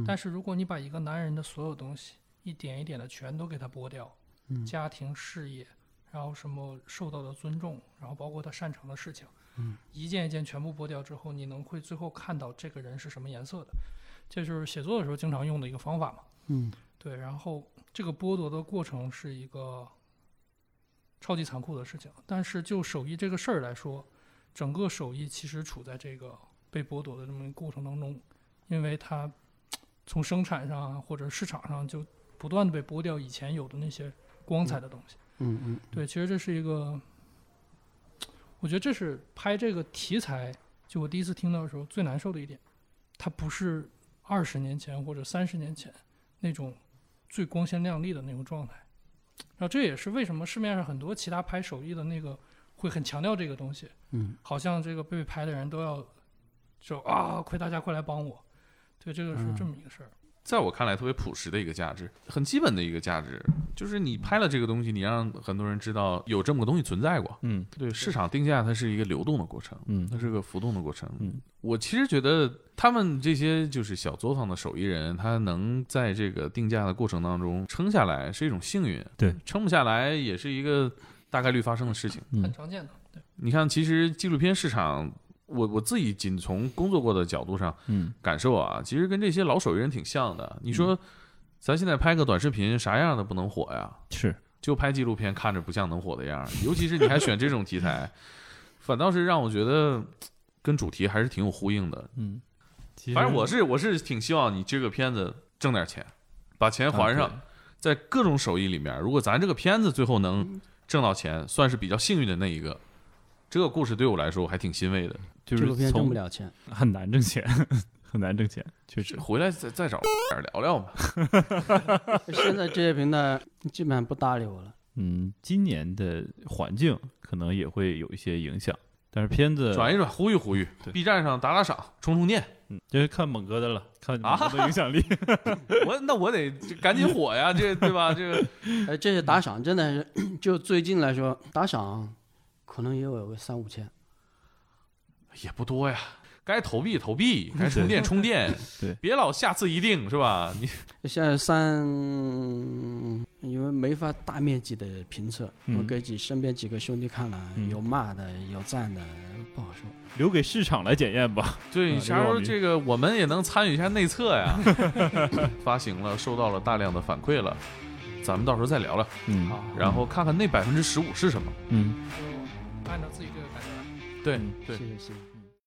I: 但是如果你把一个男人的所有东西一点一点的全都给他剥掉，家庭、事业，然后什么受到的尊重，然后包括他擅长的事情。一件一件全部剥掉之后，你能会最后看到这个人是什么颜色的，这就是写作的时候经常用的一个方法嘛。
F: 嗯，
I: 对，然后这个剥夺的过程是一个超级残酷的事情，但是就手艺这个事儿来说，整个手艺其实处在这个被剥夺的这么一个过程当中，因为它从生产上啊或者市场上就不断的被剥掉以前有的那些光彩的东西。
F: 嗯嗯，
I: 对，其实这是一个，我觉得这是拍这个题材，就我第一次听到的时候最难受的一点，它不是二十年前或者三十年前那种最光鲜亮丽的那种状态。然后这也是为什么市面上很多其他拍手艺的那个会很强调这个东西，
F: 嗯，
I: 好像这个被拍的人都要就啊，快大家快来帮我，对，这个是这么一个事儿。
A: 在我看来特别朴实的一个价值，很基本的一个价值，就是你拍了这个东西，你让很多人知道有这么个东西存在过。
H: 嗯
A: 对，市场定价它是一个流动的过程，
H: 嗯
A: 它是个浮动的过程。
H: 嗯，
A: 我其实觉得他们这些就是小作坊的手艺人，他能在这个定价的过程当中撑下来是一种幸运，
H: 对，
A: 撑不下来也是一个大概率发生的事情。
I: 很常见的。对，
A: 你看，其实纪录片市场，我我自己仅从工作过的角度上，
H: 嗯，
A: 感受啊，其实跟这些老手艺人挺像的。你说，咱现在拍个短视频，啥样的不能火呀？
H: 是
A: 就拍纪录片，看着不像能火的样儿。尤其是你还选这种题材， 反倒是让我觉得跟主题还是挺有呼应的。
H: 嗯，其实
A: 反正我是我是挺希望你这个片子挣点钱，把钱还上。
H: 啊
A: 在各种手艺里面，如果咱这个片子最后能挣到钱，算是比较幸运的那一个。这个故事对我来说我还挺欣慰的。
H: 对
F: 纪录
H: 就是
F: 片挣
H: 从
F: 不了钱，
H: 很难挣钱， 很难挣钱，确实。
A: 回来再再找聊聊吧。
F: 现在这些平台基本上不搭理我了。
H: 嗯，今年的环境可能也会有一些影响，但是片子
A: 转一转，呼吁呼吁
H: 对
A: ，B 站上打打赏，充充电。
H: 嗯，这是看猛哥的了，看猛哥的影响 力。
A: 我那我得这赶紧火呀，这对吧？这个
F: 哎，这些打赏真的是， 就最近来说，打赏可能也有个三五千。
A: 也不多呀。该投币投币，该充电充电，
H: 对
A: 别老下次一定是 吧？你
F: 现在三，因为没法大面积的评测，
H: 嗯
F: 我给几身边几个兄弟看了，
H: 嗯
F: 有骂的，有赞的，不好说。
H: 留给市场来检验吧。
A: 对，
H: 啊
A: 啥时
H: 这个
A: 候这个
H: 网民
A: 我们也能参与一下内测 呀？发行了，收到了大量的反馈了，咱们到时候再聊聊，
H: 嗯
F: 好，
A: 然后看看那百分之十五是什么。
H: 嗯，
I: 按照自己这个感觉来。
A: 对
H: 嗯
A: 对
F: 谢，谢谢谢。